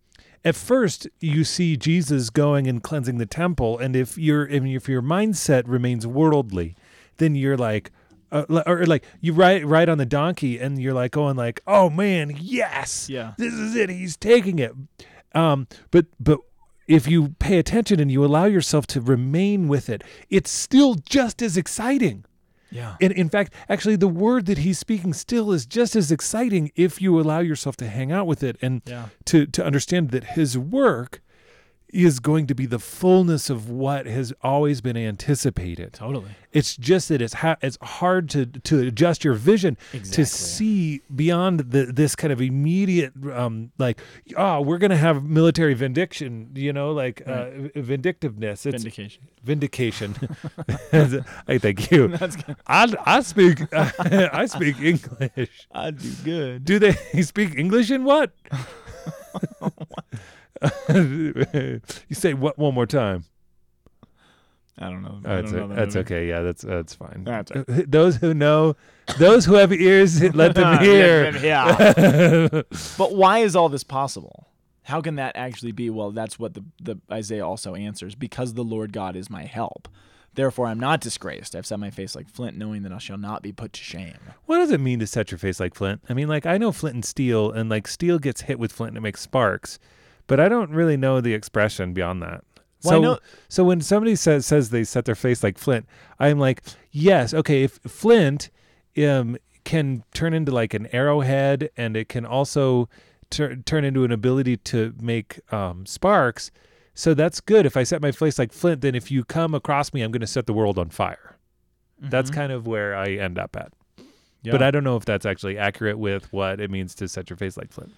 S2: at first you see Jesus going and cleansing the temple and if your and if your mindset remains worldly, then you're like uh, li- or like you ride ride on the donkey and you're like going like, "Oh man, yes.
S3: Yeah.
S2: This is it. He's taking it." Um but but if you pay attention and you allow yourself to remain with it, it's still just as exciting.
S3: Yeah.
S2: And in fact, actually, the word that he's speaking still is just as exciting if you allow yourself to hang out with it and
S3: Yeah.
S2: to, to understand that his work is going to be the fullness of what has always been anticipated.
S3: Totally.
S2: It's just that it's ha- it's hard to to adjust your vision
S3: Exactly.
S2: to see beyond the, this kind of immediate um like oh we're gonna have military vindication you know like uh, vindictiveness it's
S3: Vindication. (laughs)
S2: vindication. (laughs) I thank you. I I speak (laughs) I speak English.
S3: I do good.
S2: Do they (laughs) speak English in what? (laughs) you say what one more time.
S3: I don't know.
S2: Oh, that's o- that's okay. Yeah, that's that's fine.
S3: That's all
S2: Uh, Those who know, those who have ears, let
S3: (laughs)
S2: them hear.
S3: yeah. But why is all this possible? How can that actually be? Well, that's what the, the Isaiah also answers because the Lord God is my help. Therefore, I'm not disgraced. I've set my face like flint, knowing that I shall not be put to shame.
S2: what does it mean to set your face like flint? I mean, like I know flint and steel, and like steel gets hit with flint and it makes sparks, but I don't really know the expression beyond that.
S3: Well, I
S2: so,
S3: know-
S2: so when somebody says says they set their face like flint, I'm like, yes, okay. If flint um, can turn into like an arrowhead, and it can also tur- turn into an ability to make um, sparks, so that's good. If I set my face like flint, then if you come across me, I'm going to set the world on fire. That's
S3: Mm-hmm.
S2: kind of where I end up at but I don't know if that's actually accurate with what it means to set your face like flint.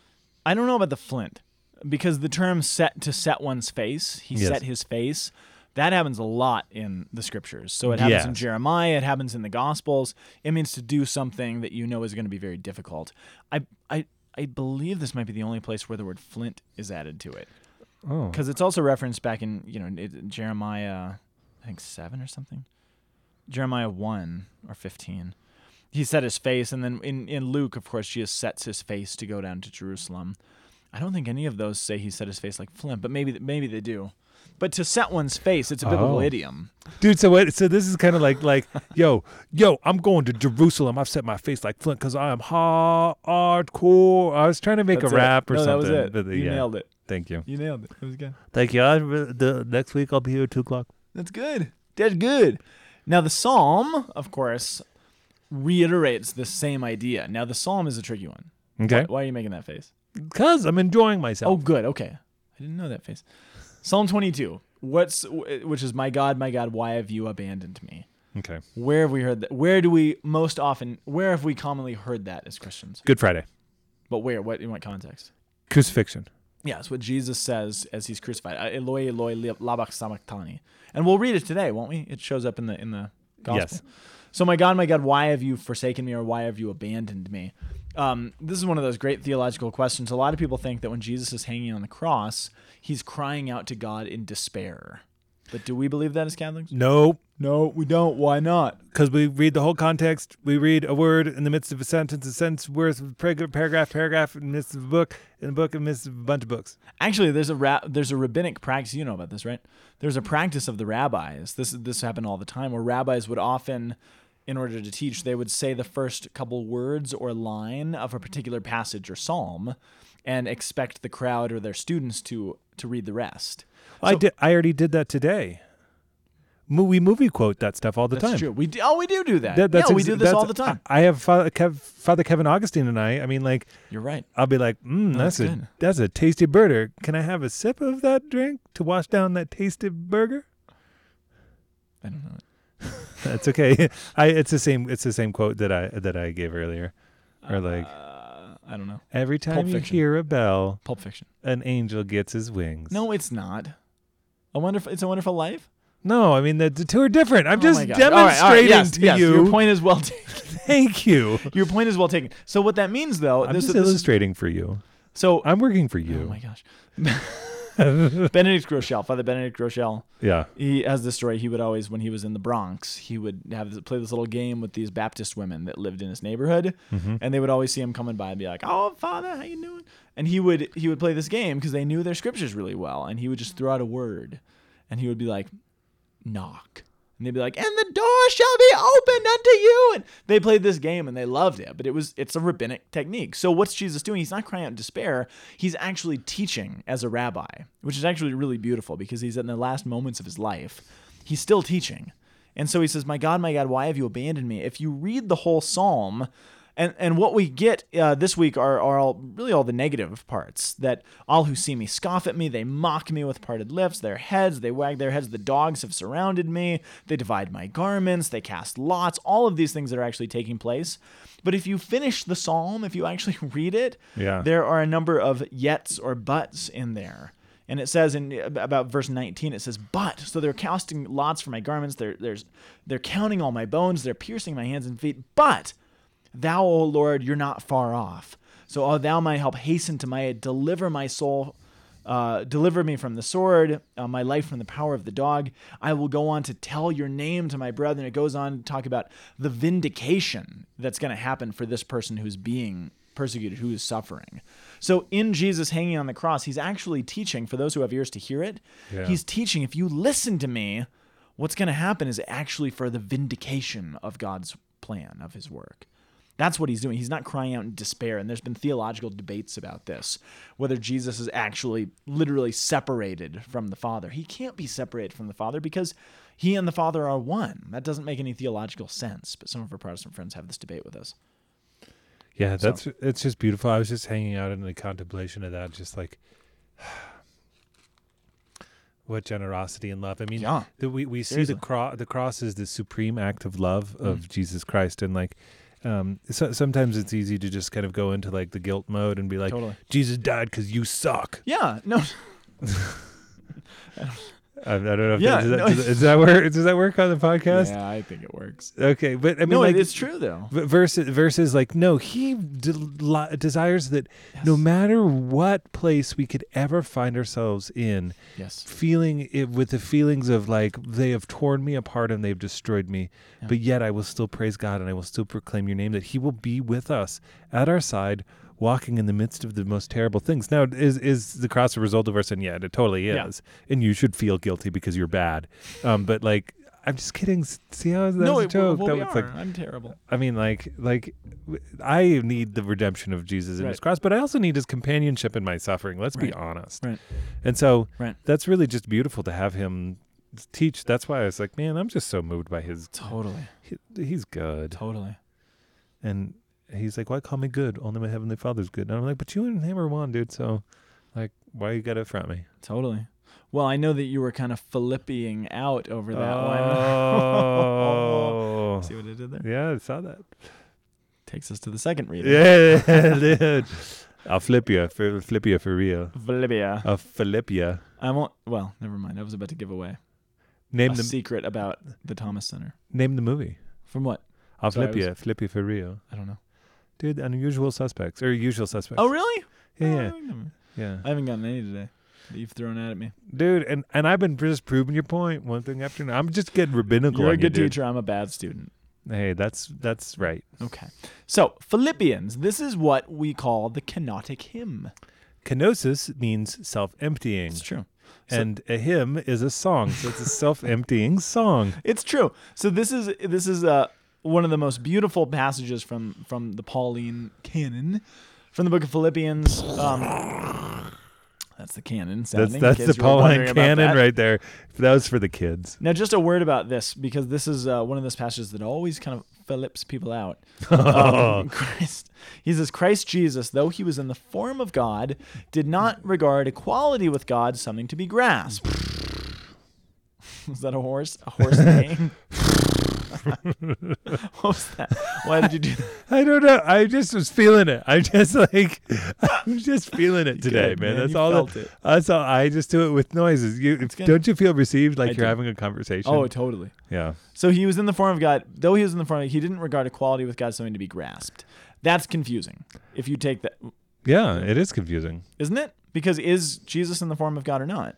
S3: I don't know about the flint because the term set to set one's face, he
S2: Yes.
S3: set his face, that happens a lot in the scriptures. So it happens in
S2: Yes.
S3: Jeremiah, it happens in the gospels. It means to do something that you know is going to be very difficult. I I I believe this might be the only place where the word flint is added to it.
S2: Oh,
S3: because it's also referenced back in you know it, Jeremiah, I think seven or something, Jeremiah one or fifteen. He set his face, and then in in Luke, of course, Jesus sets his face to go down to Jerusalem. I don't think any of those say he set his face like flint, but maybe maybe they do. But to set one's face, it's a biblical
S2: Oh.
S3: idiom.
S2: dude. So what? So this is kind of like
S3: (laughs)
S2: like yo yo. I'm going to Jerusalem. I've set my face like flint because I am hard hardcore. I was trying to make
S3: That's
S2: a
S3: it.
S2: rap or
S3: No,
S2: something.
S3: That was
S2: but,
S3: it. You
S2: yeah.
S3: nailed it.
S2: Thank you.
S3: You nailed it. It was good.
S2: Thank you. I, uh, the next week I'll be here at two o'clock.
S3: That's good. That's good. Now, the psalm, of course, reiterates the same idea. Now, the psalm is a tricky one.
S2: Okay.
S3: Why are you making that face?
S2: Because I'm enjoying
S3: Oh,
S2: myself.
S3: good. Okay. I didn't know that face. Psalm 22. What's which is my God, my God, why have you abandoned me?
S2: okay.
S3: Where have we heard that? Where do we most often? Where have we commonly heard that as Christians?
S2: Good Friday.
S3: But where? What in what context?
S2: Crucifixion.
S3: Yeah, it's what Jesus says as he's crucified. Uh, Eloi, Eloi, li- lama sabachthani. And we'll read it today, won't we? It shows up in the in the gospel.
S2: Yes.
S3: So my God, my God, why have you forsaken me, or why have you abandoned me? Um, this is one of those great theological questions. A lot of people think that when Jesus is hanging on the cross, he's crying out to God in despair. But do we believe that as Catholics?
S2: No,
S3: No, we don't. Why not?
S2: because we read the whole context. We read a word in the midst of a sentence, a sentence, worth of parag- paragraph, paragraph in the midst of a book, in a book in the midst of a bunch of books.
S3: Actually, there's a ra- there's a rabbinic practice. You know about this, right? There's a practice of the rabbis. This this happened all the time, where rabbis would often, in order to teach, they would say the first couple words or line of a particular passage or psalm, and expect the crowd or their students to to read the rest.
S2: I did. I already did that today. Mo- We movie quote that stuff all the
S3: That's
S2: time.
S3: true. We do, oh we do do that.
S2: That-
S3: yeah, we
S2: ex-
S3: do this all the
S2: that's-
S3: time.
S2: I I have Father, Kev, Father Kevin Augustine and I. I mean, like,
S3: You're right.
S2: I'll be like, mm, that's,
S3: that's
S2: a
S3: good.
S2: that's a tasty burger. Can I have a sip of that drink to wash down that tasty burger? (laughs)
S3: I don't know.
S2: That's okay. (laughs) I it's the same it's the same quote that I that I gave earlier. Or like
S3: Uh, I don't know.
S2: every time you
S3: Fiction.
S2: hear a bell,
S3: Pulp Fiction.
S2: an angel gets his wings.
S3: No, it's not. A wonderful. It's a wonderful life.
S2: no. I mean the, the two are different. I'm
S3: Oh
S2: just
S3: my gosh. All
S2: demonstrating
S3: right, all right, yes,
S2: to
S3: yes,
S2: you.
S3: Your point is well (laughs) taken.
S2: Thank you.
S3: Your point is well taken. So what that means, though,
S2: I'm
S3: this,
S2: just
S3: this-
S2: illustrating for you.
S3: so
S2: I'm working for
S3: oh
S2: you.
S3: my gosh, (laughs) Benedict Groeschel, Father Benedict Groeschel,
S2: yeah.
S3: he has this story. He would always, when he was in the Bronx, he would have this, play this little game with these Baptist women that lived in his neighborhood,
S2: Mm-hmm.
S3: and they would always see him coming by and be like, "Oh, Father, how you doing?" And he would he would play this game because they knew their scriptures really well, and he would just throw out a word, and he would be like, knock. And they'd be like, and the door shall be opened unto you. And they played this game and they loved it, but it was it's a rabbinic technique. So what's Jesus doing? He's not crying out in despair. He's actually teaching as a rabbi, which is actually really beautiful because he's in the last moments of his life. He's still teaching. And so he says, My God, my God, why have you abandoned me? If you read the whole psalm, and, and what we get uh, this week are, are all really all the negative parts that all who see me scoff at me, they mock me with parted lips, their heads, they wag their heads, the dogs have surrounded me, they divide my garments, they cast lots, all of these things that are actually taking place. But if you finish the psalm, if you actually (laughs) read it,
S2: Yeah.
S3: there are a number of yets or buts in there. And it says in about verse 19, it says, "But so they're casting lots for my garments. They're there's they're counting all my bones. They're piercing my hands and feet. But thou, O Lord, you're not far off. So, O thou, my help, hasten to my aid. Deliver my soul." Uh, deliver me from the sword, uh, my life from the power of the dog. I will go on to tell your name to my brethren. It goes on to talk about the vindication that's going to happen for this person who's being persecuted, who is suffering. So in Jesus hanging on the cross, he's actually teaching for those who have ears to hear it.
S2: Yeah.
S3: He's teaching if you listen to me, what's going to happen is actually for the vindication of God's plan, of his work. That's what he's doing. He's not crying out in despair. And there's been theological debates about this whether Jesus is actually literally separated from the Father. He can't be separated from the Father because he and the Father are one. That doesn't make any theological sense. But some of our Protestant friends have this debate with us.
S2: Yeah, that's it's just beautiful. I was just hanging out in the contemplation of that, just like (sighs) what generosity and love. I mean,
S3: Yeah.
S2: the, we we see
S3: Seriously. Mm.
S2: the cross. The cross is the supreme act of love of Jesus Christ, and like. Um, so, sometimes it's easy to just kind of go into like the guilt mode and be like,
S3: Totally.
S2: "Jesus died because you suck."
S3: Yeah, no,
S2: I, I don't know. If
S3: Yeah,
S2: that, does, that,
S3: no.
S2: does, does that work? Does that work on the podcast?
S3: Yeah, I think it works.
S2: Okay, but I mean,
S3: no,
S2: like,
S3: it's true though.
S2: V- versus versus like no he del- desires that no matter what place we could ever find ourselves in
S3: Yes.
S2: feeling it with the feelings of like they have torn me apart and they've destroyed me but yet i will still praise god and i will still proclaim your name that he will be with us at our side walking in the midst of the most terrible things now is is the cross a result of our sin yeah it totally
S3: Yeah.
S2: is and you should feel guilty because you're bad um but like i'm just kidding S- see how that was a joke that was like
S3: I'm terrible.
S2: I mean, like, like w- I need the redemption of Jesus in His
S3: Right.
S2: cross, but I also need His companionship in my suffering. Let's be
S3: Right.
S2: honest.
S3: Right.
S2: And so
S3: Right.
S2: that's really just beautiful to have Him teach. That's why I was like, man, I'm just so moved by His.
S3: Totally.
S2: he- he's good,
S3: Totally.
S2: and He's like, why call me good? Only my heavenly Father's good. And I'm like, but you and Him are one, dude. So, like, why you gotta front me?
S3: Totally. Well, I know that you were kind of Philippiing out over that
S2: oh,
S3: one. Uh, (laughs) See what I did there?
S2: yeah, I saw that.
S3: Takes us to the second reading.
S2: Yeah, (laughs) dude. I'll flip you. For, flip you for real.
S3: Bolivia.
S2: I'll flip you.
S3: I won't. Well, never mind. I was about to give away
S2: Name
S3: a
S2: the
S3: secret about the Thomas Center.
S2: name the movie.
S3: From what?
S2: I'll
S3: Sorry,
S2: flip
S3: I was-
S2: you. Flip you for real.
S3: I don't know.
S2: Dude, Unusual Suspects or Usual Suspects.
S3: Oh, really?
S2: yeah, yeah,
S3: Oh, never-
S2: yeah.
S3: I haven't gotten any today that you've thrown out at me.
S2: dude. And and I've been just proving your point one thing after another. I'm just getting rabbinical.
S3: You're a
S2: on you,
S3: good
S2: dude.
S3: teacher. I'm a bad student.
S2: Hey, that's that's right.
S3: Okay. So, Philippians. This is what we call the kenotic hymn.
S2: Kenosis means self-emptying,
S3: It's true. So-
S2: and a hymn is a song. So it's a self-emptying song.
S3: It's true. So this is this is uh, one of the most beautiful passages from from the Pauline canon, from the Book of Philippians. Um, that's the canon.
S2: That's
S3: Sounding, in
S2: that's
S3: case
S2: the
S3: you were wondering
S2: Pauline
S3: about
S2: canon
S3: that.
S2: right there. That was for the kids.
S3: Now, just a word about this because this is uh, one of those passages that always kind of Phillips
S2: (laughs)
S3: people out. Um, Christ, he says, Christ Jesus, though he was in the form of God, did not regard equality with God something to be grasped. (laughs) was that a horse?
S2: (laughs)
S3: A horse name? (laughs) what was that? Why did you do that?
S2: I don't know. I just was feeling it. I'm just like, (laughs) I'm just feeling it (laughs) today,
S3: good,
S2: man.
S3: man.
S2: That's
S3: You
S2: all.
S3: felt
S2: that,
S3: it.
S2: That's all. I just do it with noises. You
S3: good.
S2: don't you feel received like
S3: I
S2: you're
S3: do.
S2: having a conversation?
S3: Oh, totally.
S2: yeah.
S3: So he was in the form of God, though he was in the form of he didn't regard equality with God something to be grasped. That's confusing. If you take that,
S2: Yeah, it is confusing.
S3: isn't it? Because is Jesus in the form of God or not?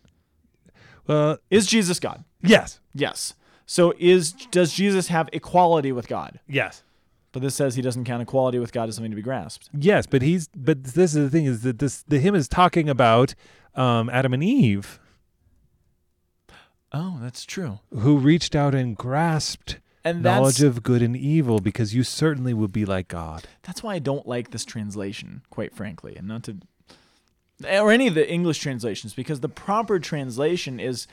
S2: Well,
S3: Is Jesus God?
S2: yes,
S3: Yes. So is does Jesus have equality with God?
S2: yes,
S3: But this says he doesn't count equality with God as something to be grasped.
S2: yes. But he's. But this is the thing: is that this the hymn is talking about um, Adam and Eve
S3: Oh, that's true.
S2: who reached out and grasped
S3: And
S2: knowledge
S3: that's
S2: of good and evil because you certainly will be like God.
S3: that's why I don't like this translation, quite frankly, and not to or any of the English translations because the proper translation is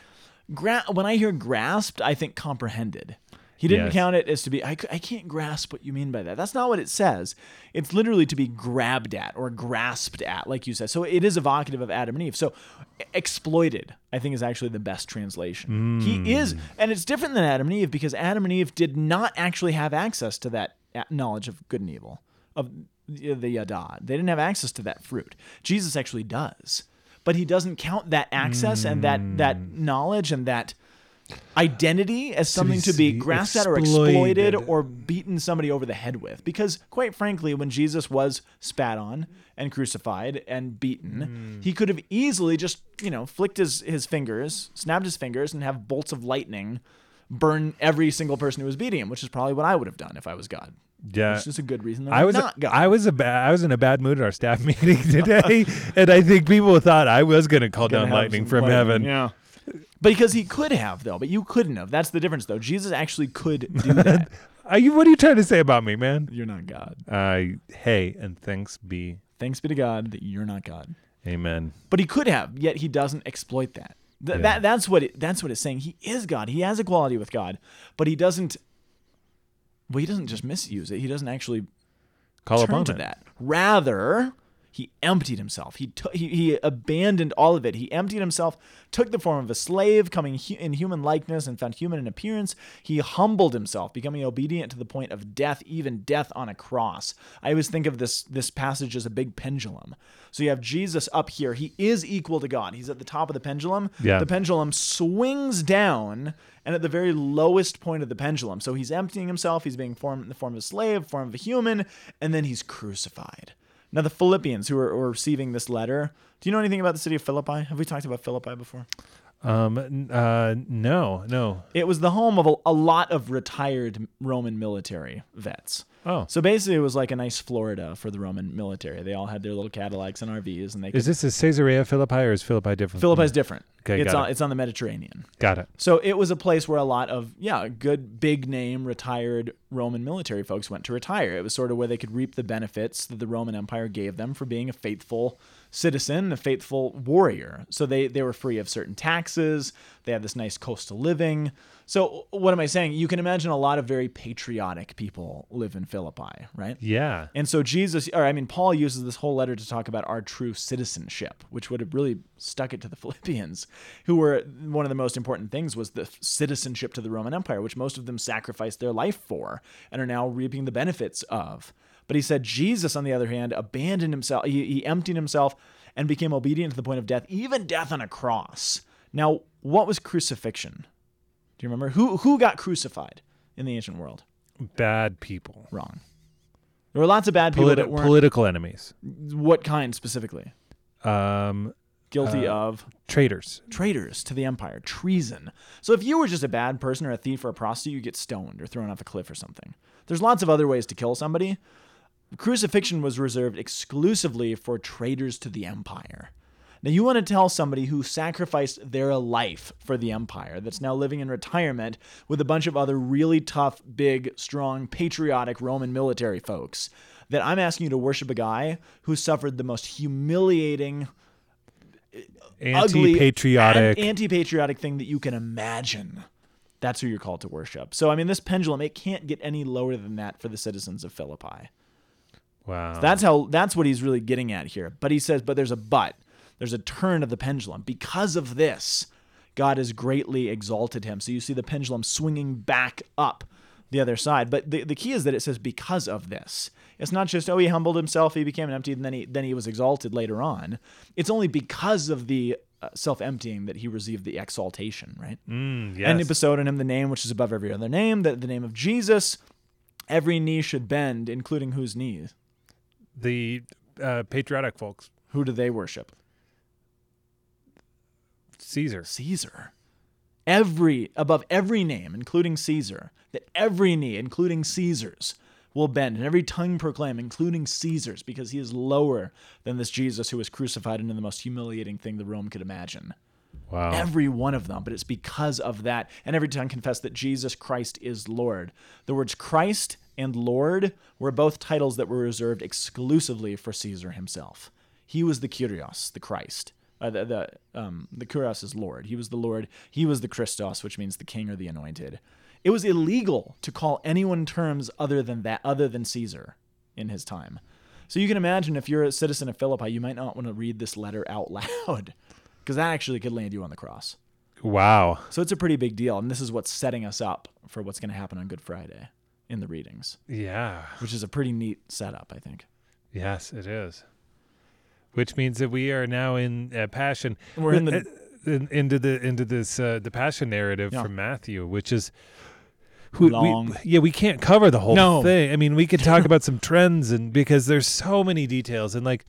S3: gra- when I hear grasped, I think comprehended. He didn't
S2: Yes.
S3: count it as to be I, c- I can't grasp what you mean by that. That's not what it says. It's literally to be grabbed at or grasped at like you said. So it is evocative of Adam and Eve. So e- exploited I think is actually the best translation. He is and it's different than Adam and Eve because Adam and Eve did not actually have access to that a- knowledge of good and evil of the the Yada. They didn't have access to that fruit. Jesus actually does, but he doesn't count that access and that that
S2: Hmm.
S3: knowledge and that identity as something to be
S2: be
S3: grasped at or
S2: exploited.
S3: exploited or beaten somebody over the head with. Because quite frankly, when Jesus was spat on and crucified and
S2: Hmm.
S3: beaten, he could have easily just you know flicked his his fingers, snapped his fingers, and have bolts of lightning. Burn every single person who was beating him, which is probably what I would have done if I was God.
S2: Yeah.
S3: It's just a good reason. That
S2: Uh, I was
S3: not God.
S2: I was a ba- I was in a bad mood at our staff (laughs) meeting today, and I think people thought I was going to call down
S3: gonna have
S2: lightning from
S3: some lightning,
S2: heaven.
S3: Yeah. Because he could have though, but you couldn't have. That's the difference though. Jesus actually could
S2: (laughs)
S3: do that.
S2: Are you? What are you trying to say about me, man?
S3: you're not God.
S2: I hey, and thanks be,
S3: Thanks be to God that you're not God.
S2: amen.
S3: But he could have, yet he doesn't exploit that. Th- That that's what it, that's what it's saying. He is God. He has equality with God, but he doesn't. Well, he doesn't just misuse it. He doesn't actually
S2: Call
S3: turn
S2: upon
S3: to
S2: it.
S3: that. Rather, he emptied himself. He, took he he abandoned all of it. He emptied himself, took the form of a slave, coming hu- in human likeness and found human in appearance. He humbled himself, becoming obedient to the point of death, even death on a cross. I always think of this this passage as a big pendulum. So you have Jesus up here. He is equal to God. He's at the top of the pendulum.
S2: Yeah.
S3: The pendulum swings down and at the very lowest point of the pendulum. So he's emptying himself, he's being formed in the form of a slave, form of a human, and then he's crucified. Now the Philippians who are, are receiving this letter, do you know anything about the city of Philippi? Have we talked about Philippi before?
S2: Um. n- Uh. No. No.
S3: It was the home of a, a lot of retired Roman military vets.
S2: Oh.
S3: So basically it was like a nice Florida for the Roman military. They all had their little Cadillacs and RVs and they could,
S2: Is this a Caesarea Philippi or is Philippi different? from-
S3: Philippi's different.
S2: Okay,
S3: it's
S2: got
S3: on
S2: it.
S3: it's on the Mediterranean.
S2: Got it.
S3: So it was a place where a lot of, yeah, good big name retired Roman military folks went to retire. It was sort of where they could reap the benefits that the Roman Empire gave them for being a faithful citizen, a faithful warrior. So they, they were free of certain taxes. They had this nice coastal living. So what am I saying? You can imagine a lot of very patriotic people live in Philippi, right?
S2: Yeah.
S3: And so Jesus, or I mean, Paul uses this whole letter to talk about our true citizenship, which would have really stuck it to the (laughs) Philippians, who were one of the most important things was the citizenship to the Roman Empire, which most of them sacrificed their life for and are now reaping the benefits of. But he said Jesus, on the other hand, abandoned himself. He, he emptied himself and became obedient to the point of death, even death on a cross. Now, what was crucifixion? Do you remember who who got crucified in the ancient world?
S2: Bad people.
S3: Wrong. There were lots of bad people
S2: Politi-
S3: that weren't.
S2: political enemies.
S3: what kind specifically?
S2: Um,
S3: Guilty of
S2: traitors.
S3: traitors to the empire, treason. So if you were just a bad person or a thief or a prostitute, you get stoned or thrown off a cliff or something. There's lots of other ways to kill somebody. Crucifixion was reserved exclusively for traitors to the empire. Now you want to tell somebody who sacrificed their life for the empire that's now living in retirement with a bunch of other really tough, big, strong, patriotic Roman military folks that I'm asking you to worship a guy who suffered the most humiliating ugly,
S2: Anti-patriotic.
S3: an- anti-patriotic thing that you can imagine. That's who you're called to worship. So I mean, this pendulum it can't get any lower than that for the citizens of Philippi.
S2: wow.
S3: That's how. That's what he's really getting at here. But he says, but there's a but. There's a turn of the pendulum because of this. God has greatly exalted him. So you see the pendulum swinging back up the other side. But the, the key is that it says because of this. It's not just oh he humbled himself, he became an empty, and then he then he was exalted later on. It's only because of the uh, self-emptying that he received the exaltation, right?
S2: Mm, yes.
S3: and bestowed on him the name which is above every other name, that the name of Jesus, every knee should bend, including whose knees?
S2: the uh, patriotic folks.
S3: Who do they worship?
S2: Caesar.
S3: Caesar. Every above every name, including Caesar, that every knee, including Caesar's, will bend, and every tongue proclaim, including Caesar's, because he is lower than this Jesus who was crucified into the most humiliating thing the Rome could imagine.
S2: Wow.
S3: Every one of them, but it's because of that, and every tongue confess that Jesus Christ is Lord. The words Christ and Lord were both titles that were reserved exclusively for Caesar himself. He was the Kyrios, the Christ. Uh, the the um, the Kyrios is Lord. He was the Lord. He was the Christos, which means the King or the Anointed. It was illegal to call anyone terms other than that, other than Caesar, in his time. So you can imagine if you're a citizen of Philippi, you might not want to read this letter out (laughs) loud because that actually could land you on the cross.
S2: wow.
S3: So it's a pretty big deal. And this is what's setting us up for what's going to happen on Good Friday in the readings,
S2: Yeah.
S3: which is a pretty neat setup, I think.
S2: Yes, it is. Which means that we are now in uh, passion.
S3: We're in the-
S2: Uh, in- into the into this uh, the passion narrative
S3: Yeah.
S2: from Matthew, which is we- we-
S3: Long.
S2: yeah, we can't cover the whole
S3: No.
S2: thing. I mean, we could
S3: (laughs)
S2: talk about some trends and because there's so many details and like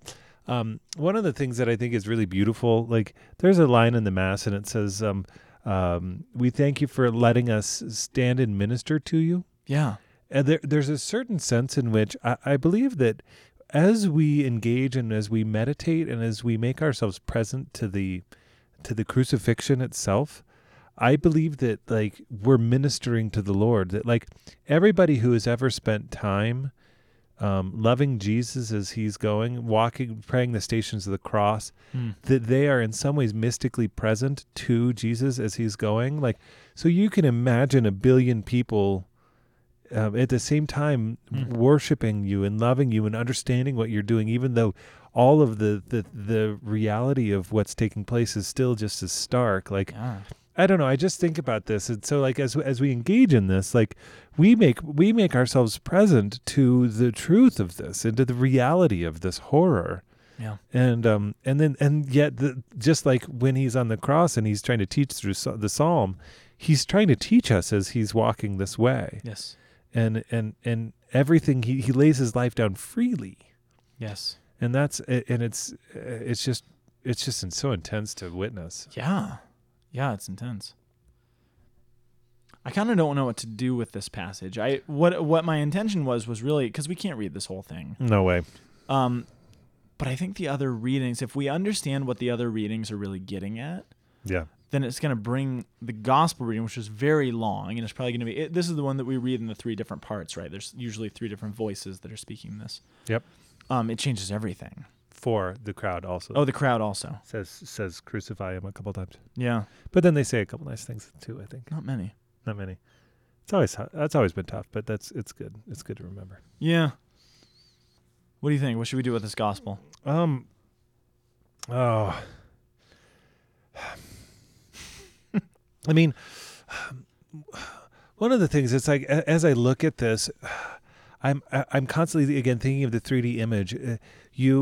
S2: um, one of the things that I think is really beautiful, like there's a line in the mass and it says, um, um, "We thank you for letting us stand and minister to you."
S3: Yeah.
S2: And Uh, there, there's a certain sense in which I, I believe that as we engage and as we meditate and as we make ourselves present to the to the crucifixion itself, I believe that like we're ministering to the Lord. That like everybody who has ever spent time um, loving Jesus as He's going, walking, praying the Stations of the Cross,
S3: hmm.
S2: that they are in some ways mystically present to Jesus as He's going. Like so, you can imagine a billion people um, at the same time worshiping you and loving you and understanding what you're doing, even though all of the, the the reality of what's taking place is still just as stark. Like
S3: Yeah.
S2: I don't know. I just think about this, and so like as as we engage in this, like we make we make ourselves present to the truth of this and to the reality of this horror
S3: Yeah.
S2: and um and then and yet the, just like when he's on the cross and he's trying to teach through so- the psalm he's trying to teach us as he's walking this way
S3: Yes.
S2: and and and everything he, he lays his life down freely
S3: Yes.
S2: and that's and it's uh, it's just it's just so intense to witness
S3: Yeah. Yeah, it's intense. I kind of don't know what to do with this passage. I what what my intention was was really cuz we can't read this whole thing.
S2: no way
S3: Um but I think the other readings if we understand what the other readings are really getting at,
S2: yeah
S3: then it's going to bring the gospel reading, which is very long, and it's probably going to be. It, this is the one that we read in the three different parts, right? There's usually three different voices that are speaking this.
S2: yep
S3: Um, it changes everything.
S2: for the crowd also
S3: Oh, the crowd also.
S2: says says crucify him a couple times
S3: Yeah,
S2: but then they say a couple nice things too i think
S3: not many.
S2: not many it's always hu- that's always been tough but that's it's good it's good to remember
S3: Yeah. What do you think? What should we do with this gospel?
S2: um oh (sighs) i mean one of the things it's like a- as i look at this I'm I- I'm constantly again thinking of the 3D image. Uh, you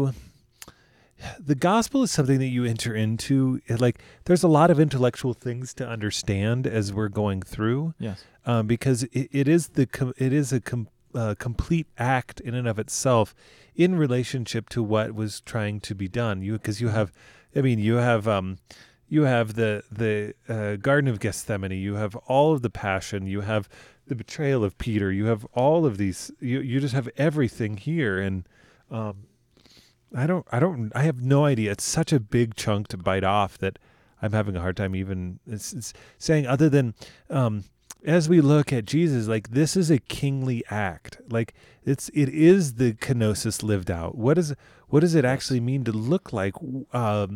S2: the gospel is something that you enter into uh, like there's a lot of intellectual things to understand as we're going through
S3: Yes.
S2: um, because it, it is the com- it is a com- uh, complete act in and of itself in relationship to what was trying to be done. You because you have, I mean, you have um, you have the the uh, Garden of Gethsemane. You have all of the passion. You have the betrayal of Peter. You have all of these. You you just have everything here and. Um, I don't. I don't. I have no idea. It's such a big chunk to bite off that I'm having a hard time even it's, it's saying. Other than, um, as we look at Jesus, like this is a kingly act. Like it's it is the kenosis lived out. What is what does it actually mean to look like um,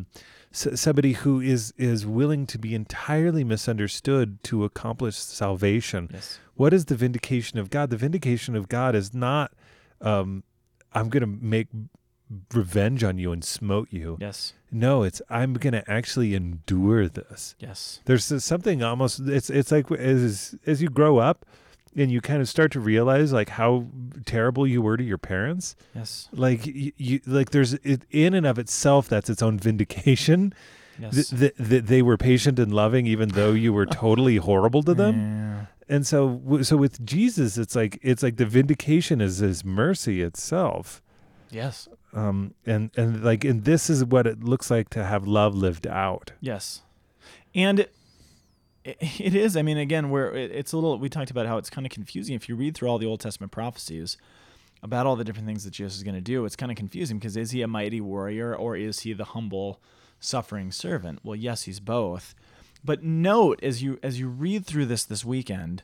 S2: s- somebody who is is willing to be entirely misunderstood to accomplish salvation?
S3: Yes.
S2: what is the vindication of God? The vindication of God is not, um, I'm going to make revenge on you and smote you.
S3: Yes.
S2: No, it's I'm going to actually endure this.
S3: Yes.
S2: There's s- something almost it's it's like as as you grow up and you kind of start to realize like how terrible you were to your parents.
S3: Yes.
S2: Like you, you like there's it, in and of itself that's its own vindication
S3: Yes.
S2: that th- th- they were patient and loving even though you were totally horrible to them
S3: Yeah.
S2: and so w- so with Jesus it's like it's like the vindication is his mercy itself
S3: Yes.
S2: um and and like and this is what it looks like to have love lived out
S3: Yes. And it, it is. I mean, again, where it, it's a little. We talked about how it's kind of confusing if you read through all the Old Testament prophecies about all the different things that Jesus is going to do. It's kind of confusing because is he a mighty warrior or is he the humble, suffering servant? Well, yes, he's both. But note as you as you read through this this weekend,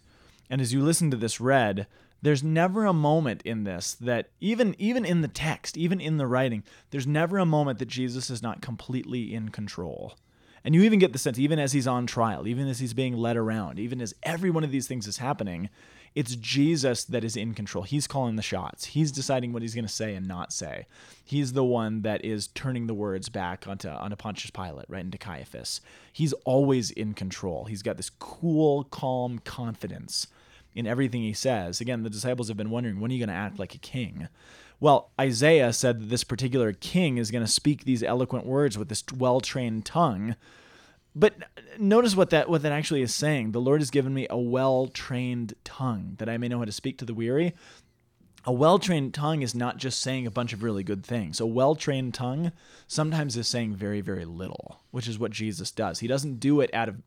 S3: and as you listen to this read, there's never a moment in this that even even in the text, even in the writing, there's never a moment that Jesus is not completely in control. And you even get the sense, even as he's on trial, even as he's being led around, even as every one of these things is happening, it's Jesus that is in control. He's calling the shots. He's deciding what he's going to say and not say. He's the one that is turning the words back onto onto Pontius Pilate, right into Caiaphas. He's always in control. He's got this cool, calm confidence in everything he says. Again, the disciples have been wondering, when are you going to act like a king? Well, Isaiah said that this particular king is going to speak these eloquent words with this well-trained tongue. But notice what that what that actually is saying. The Lord has given me a well-trained tongue that I may know how to speak to the weary. A well-trained tongue is not just saying a bunch of really good things. A well-trained tongue sometimes is saying very very little, which is what Jesus does. He doesn't do it out of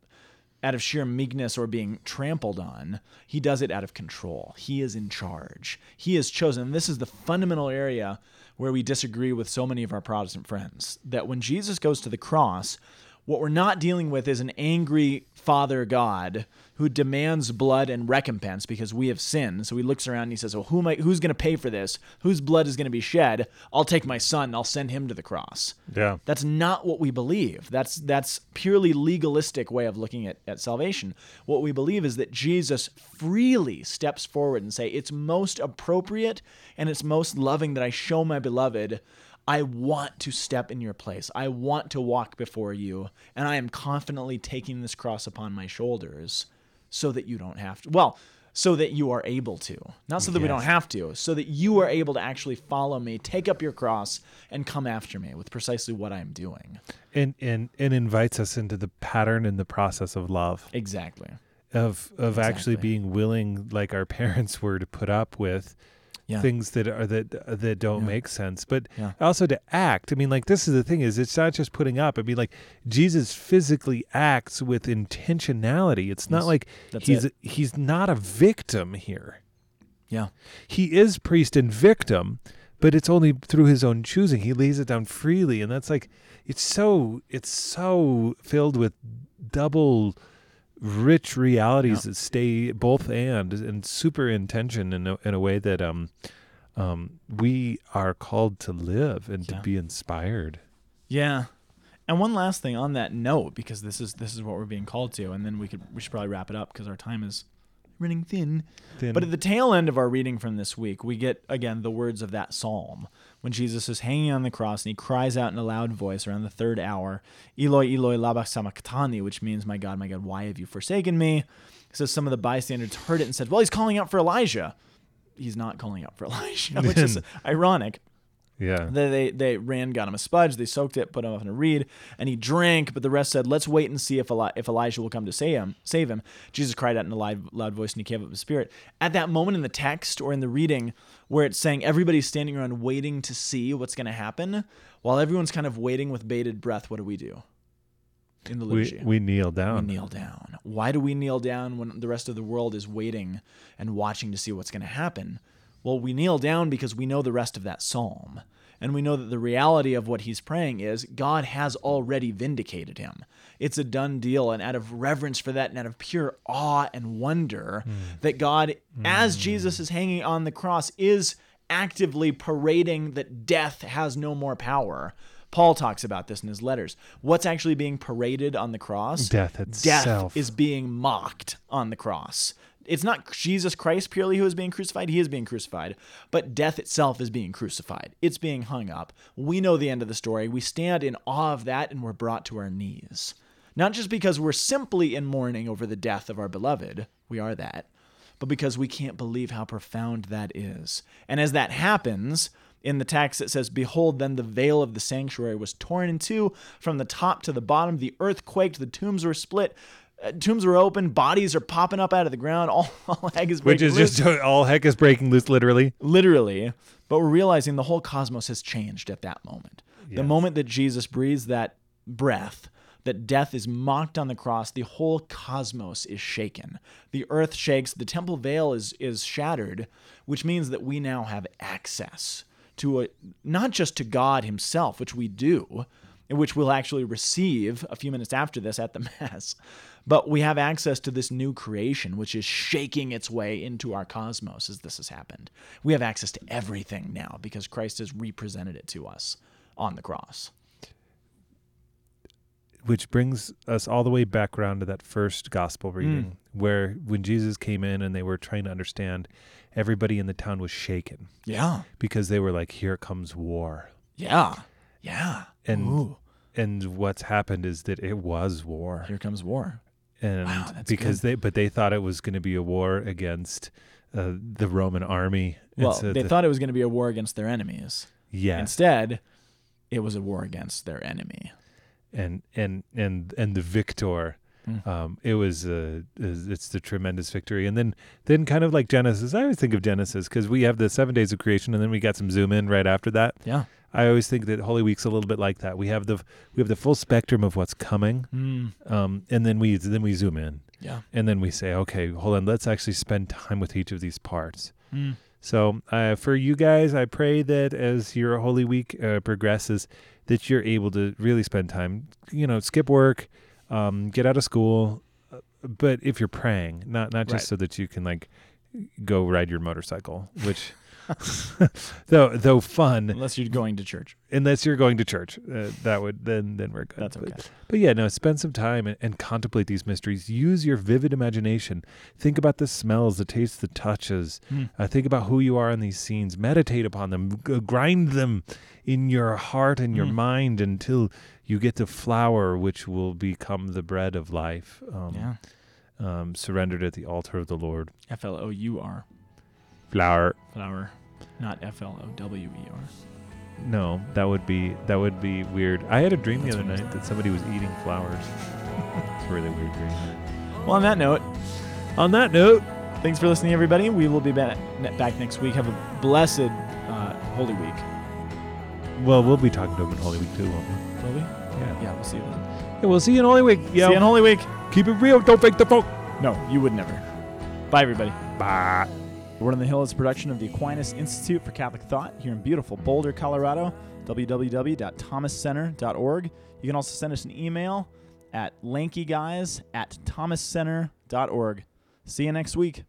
S3: out of sheer meekness or being trampled on. He does it out of control. He is in charge. He is chosen. This is the fundamental area where we disagree with so many of our Protestant friends that when Jesus goes to the cross, what we're not dealing with is an angry father God who demands blood and recompense because we have sinned. So he looks around and he says, Well, who am I, who's going to pay for this? Whose blood is going to be shed? I'll take my son and I'll send him to the cross.
S2: yeah
S3: That's not what we believe. That's that's purely legalistic way of looking at, at salvation. What we believe is that Jesus freely steps forward and say, It's most appropriate and it's most loving that I show my beloved, I want to step in your place. I want to walk before you, and I am confidently taking this cross upon my shoulders so that you don't have to. Well, so that you are able to. Not so that we don't have to, so that you are able to actually follow me, take up your cross, and come after me with precisely what I'm doing.
S2: and and and invites us into the pattern and the process of love
S3: Exactly.
S2: of of actually
S3: Exactly.
S2: being willing like our (laughs) parents were to put up with
S3: Yeah.
S2: things that are that that don't make sense but
S3: Yeah.
S2: also to act i mean like this is the thing is it's not just putting up i mean like jesus physically acts with intentionality it's not
S3: Yes.
S2: like
S3: That's
S2: he's
S3: it.
S2: he's not a victim here
S3: Yeah.
S2: he is priest and victim but it's only through his own choosing he lays it down freely and that's like it's so it's so filled with double rich realities that stay both and and super intention in a, in a way that um um we are called to live and
S3: Yeah.
S2: to be inspired
S3: Yeah. And one last thing on that note, because this is this is what we're being called to, and then we could we should probably wrap it up because our time is running thin.
S2: Thin.
S3: But at the tail end of our reading from this week, we get again the words of that psalm when Jesus is hanging on the cross and he cries out in a loud voice around the third hour, "Eloi, Eloi, lama sabachthani," which means, "My God, my God, why have you forsaken me?" So some of the bystanders heard it and said, "Well, he's calling out for Elijah." he's not calling out for (laughs) Elisha, which is ironic.
S2: Yeah.
S3: They, they they ran, got him a spudge. They soaked it, put him up in a reed, and he drank. But the rest said, "Let's wait and see if Eli- if Elijah will come to save him." Save him. Jesus cried out in a loud, loud voice, and he gave up his spirit. At that moment in the text or in the reading, where it's saying everybody's standing around waiting to see what's going to happen, while everyone's kind of waiting with bated breath, what do we do? In the liturgy,
S2: We, we kneel down.
S3: kneel down. Why do we kneel down when the rest of the world is waiting and watching to see what's going to happen? Well, we kneel down because we know the rest of that psalm. And we know that the reality of what he's praying is God has already vindicated him. It's a done deal. And out of reverence for that and out of pure awe and wonder that God, as Jesus is hanging on the cross, is actively parading that death has no more power. Paul talks about this in his letters. What's actually being paraded on the cross?
S2: Death itself.
S3: Death is being mocked on the cross. It's not Jesus Christ purely who is being crucified. He is being crucified, but death itself is being crucified. It's being hung up. We know the end of the story. We stand in awe of that and we're brought to our knees. Not just because we're simply in mourning over the death of our beloved, we are that, but because we can't believe how profound that is. And as that happens, in the text, it says, Behold, then the veil of the sanctuary was torn in two from the top to the bottom. The earth quaked, the tombs were split, uh, tombs were open, bodies are popping up out of the ground. All, (laughs) all heck is
S2: Which
S3: breaking
S2: is
S3: loose."
S2: just (laughs) all heck is breaking loose, literally.
S3: literally, but we're realizing the whole cosmos has changed at that moment. The
S2: Yes.
S3: moment that Jesus breathes that breath, that death is mocked on the cross, the whole cosmos is shaken. The earth shakes, the temple veil is is shattered, which means that we now have access to a, not just to God himself, which we do, and which we'll actually receive a few minutes after this at the (laughs) Mass. But we have access to this new creation, which is shaking its way into our cosmos as this has happened. We have access to everything now because Christ has represented it to us on the cross.
S2: Which brings us all the way back around to that first
S3: Hmm.
S2: gospel reading where when Jesus came in and they were trying to understand, everybody in the town was shaken
S3: Yeah.
S2: because they were like, here comes war.
S3: Yeah. Yeah.
S2: And
S3: Ooh,
S2: and what's happened is that it was war.
S3: here comes war.
S2: and
S3: Wow, that's
S2: because they but they thought it was going to be a war against uh, the Roman army. And
S3: Well,
S2: so
S3: they
S2: the-
S3: thought it was going to be a war against their enemies.
S2: yeah,
S3: Instead, it was a war against their enemy.
S2: and and and and the victor. Um, it was uh, is- it's the tremendous victory, and then then kind of like Genesis. I always think of Genesis because we have the seven days of creation, and then we got some zoom in right after that.
S3: Yeah.
S2: I always think that Holy Week's a little bit like that. We have the we have the full spectrum of what's coming, um, and then we then we zoom in.
S3: Hmm. Yeah.
S2: and then we say, okay, hold on, let's actually spend time with each of these parts.
S3: Hmm.
S2: So, uh, for you guys, I pray that as your Holy Week uh, progresses, that you're able to really spend time. You know, skip work, um, get out of school, uh, but if you're praying, not not just
S3: Right.
S2: so that you can like go ride your motorcycle, which (laughs) though though fun,
S3: Unless you're going to church.
S2: unless you're going to church, uh, that would then then we're good.
S3: That's
S2: But-
S3: okay.
S2: but yeah, no, spend some time and, and contemplate these mysteries. Use your vivid imagination. Think about the smells, the tastes, the touches.
S3: Hmm.
S2: Uh, think about who you are in these scenes. Meditate upon them. G- uh, grind them in your heart and
S3: Hmm.
S2: your mind until you get the flour, which will become the bread of life, um,
S3: Yeah.
S2: um, surrendered at the altar of the Lord.
S3: F L O U R.
S2: Flour.
S3: Flower. Not F L O W E R.
S2: No, that would be that would be weird. I had a dream
S3: That's
S2: the other
S3: what I was
S2: night that somebody was eating flowers. it's a really weird dream.
S3: Well, on that note,
S2: On that note,
S3: thanks for listening, everybody. We will be back, ne- back next week. Have a blessed uh, Holy Week.
S2: well, we'll be talking to him in Holy Week too, won't we?
S3: Will we?
S2: Yeah.
S3: Yeah, we'll see you then.
S2: Yeah, we'll see you in Holy Week. Yeah.
S3: See you on Holy Week.
S2: Keep it real. Don't fake the folk.
S3: No, you would never. Bye, everybody.
S2: Bye.
S3: Word on the Hill is a production of the Aquinas Institute for Catholic Thought here in beautiful Boulder, Colorado. www.thomascenter.org. You can also send us an email at lankyguys at thomascenter.org. See you next week.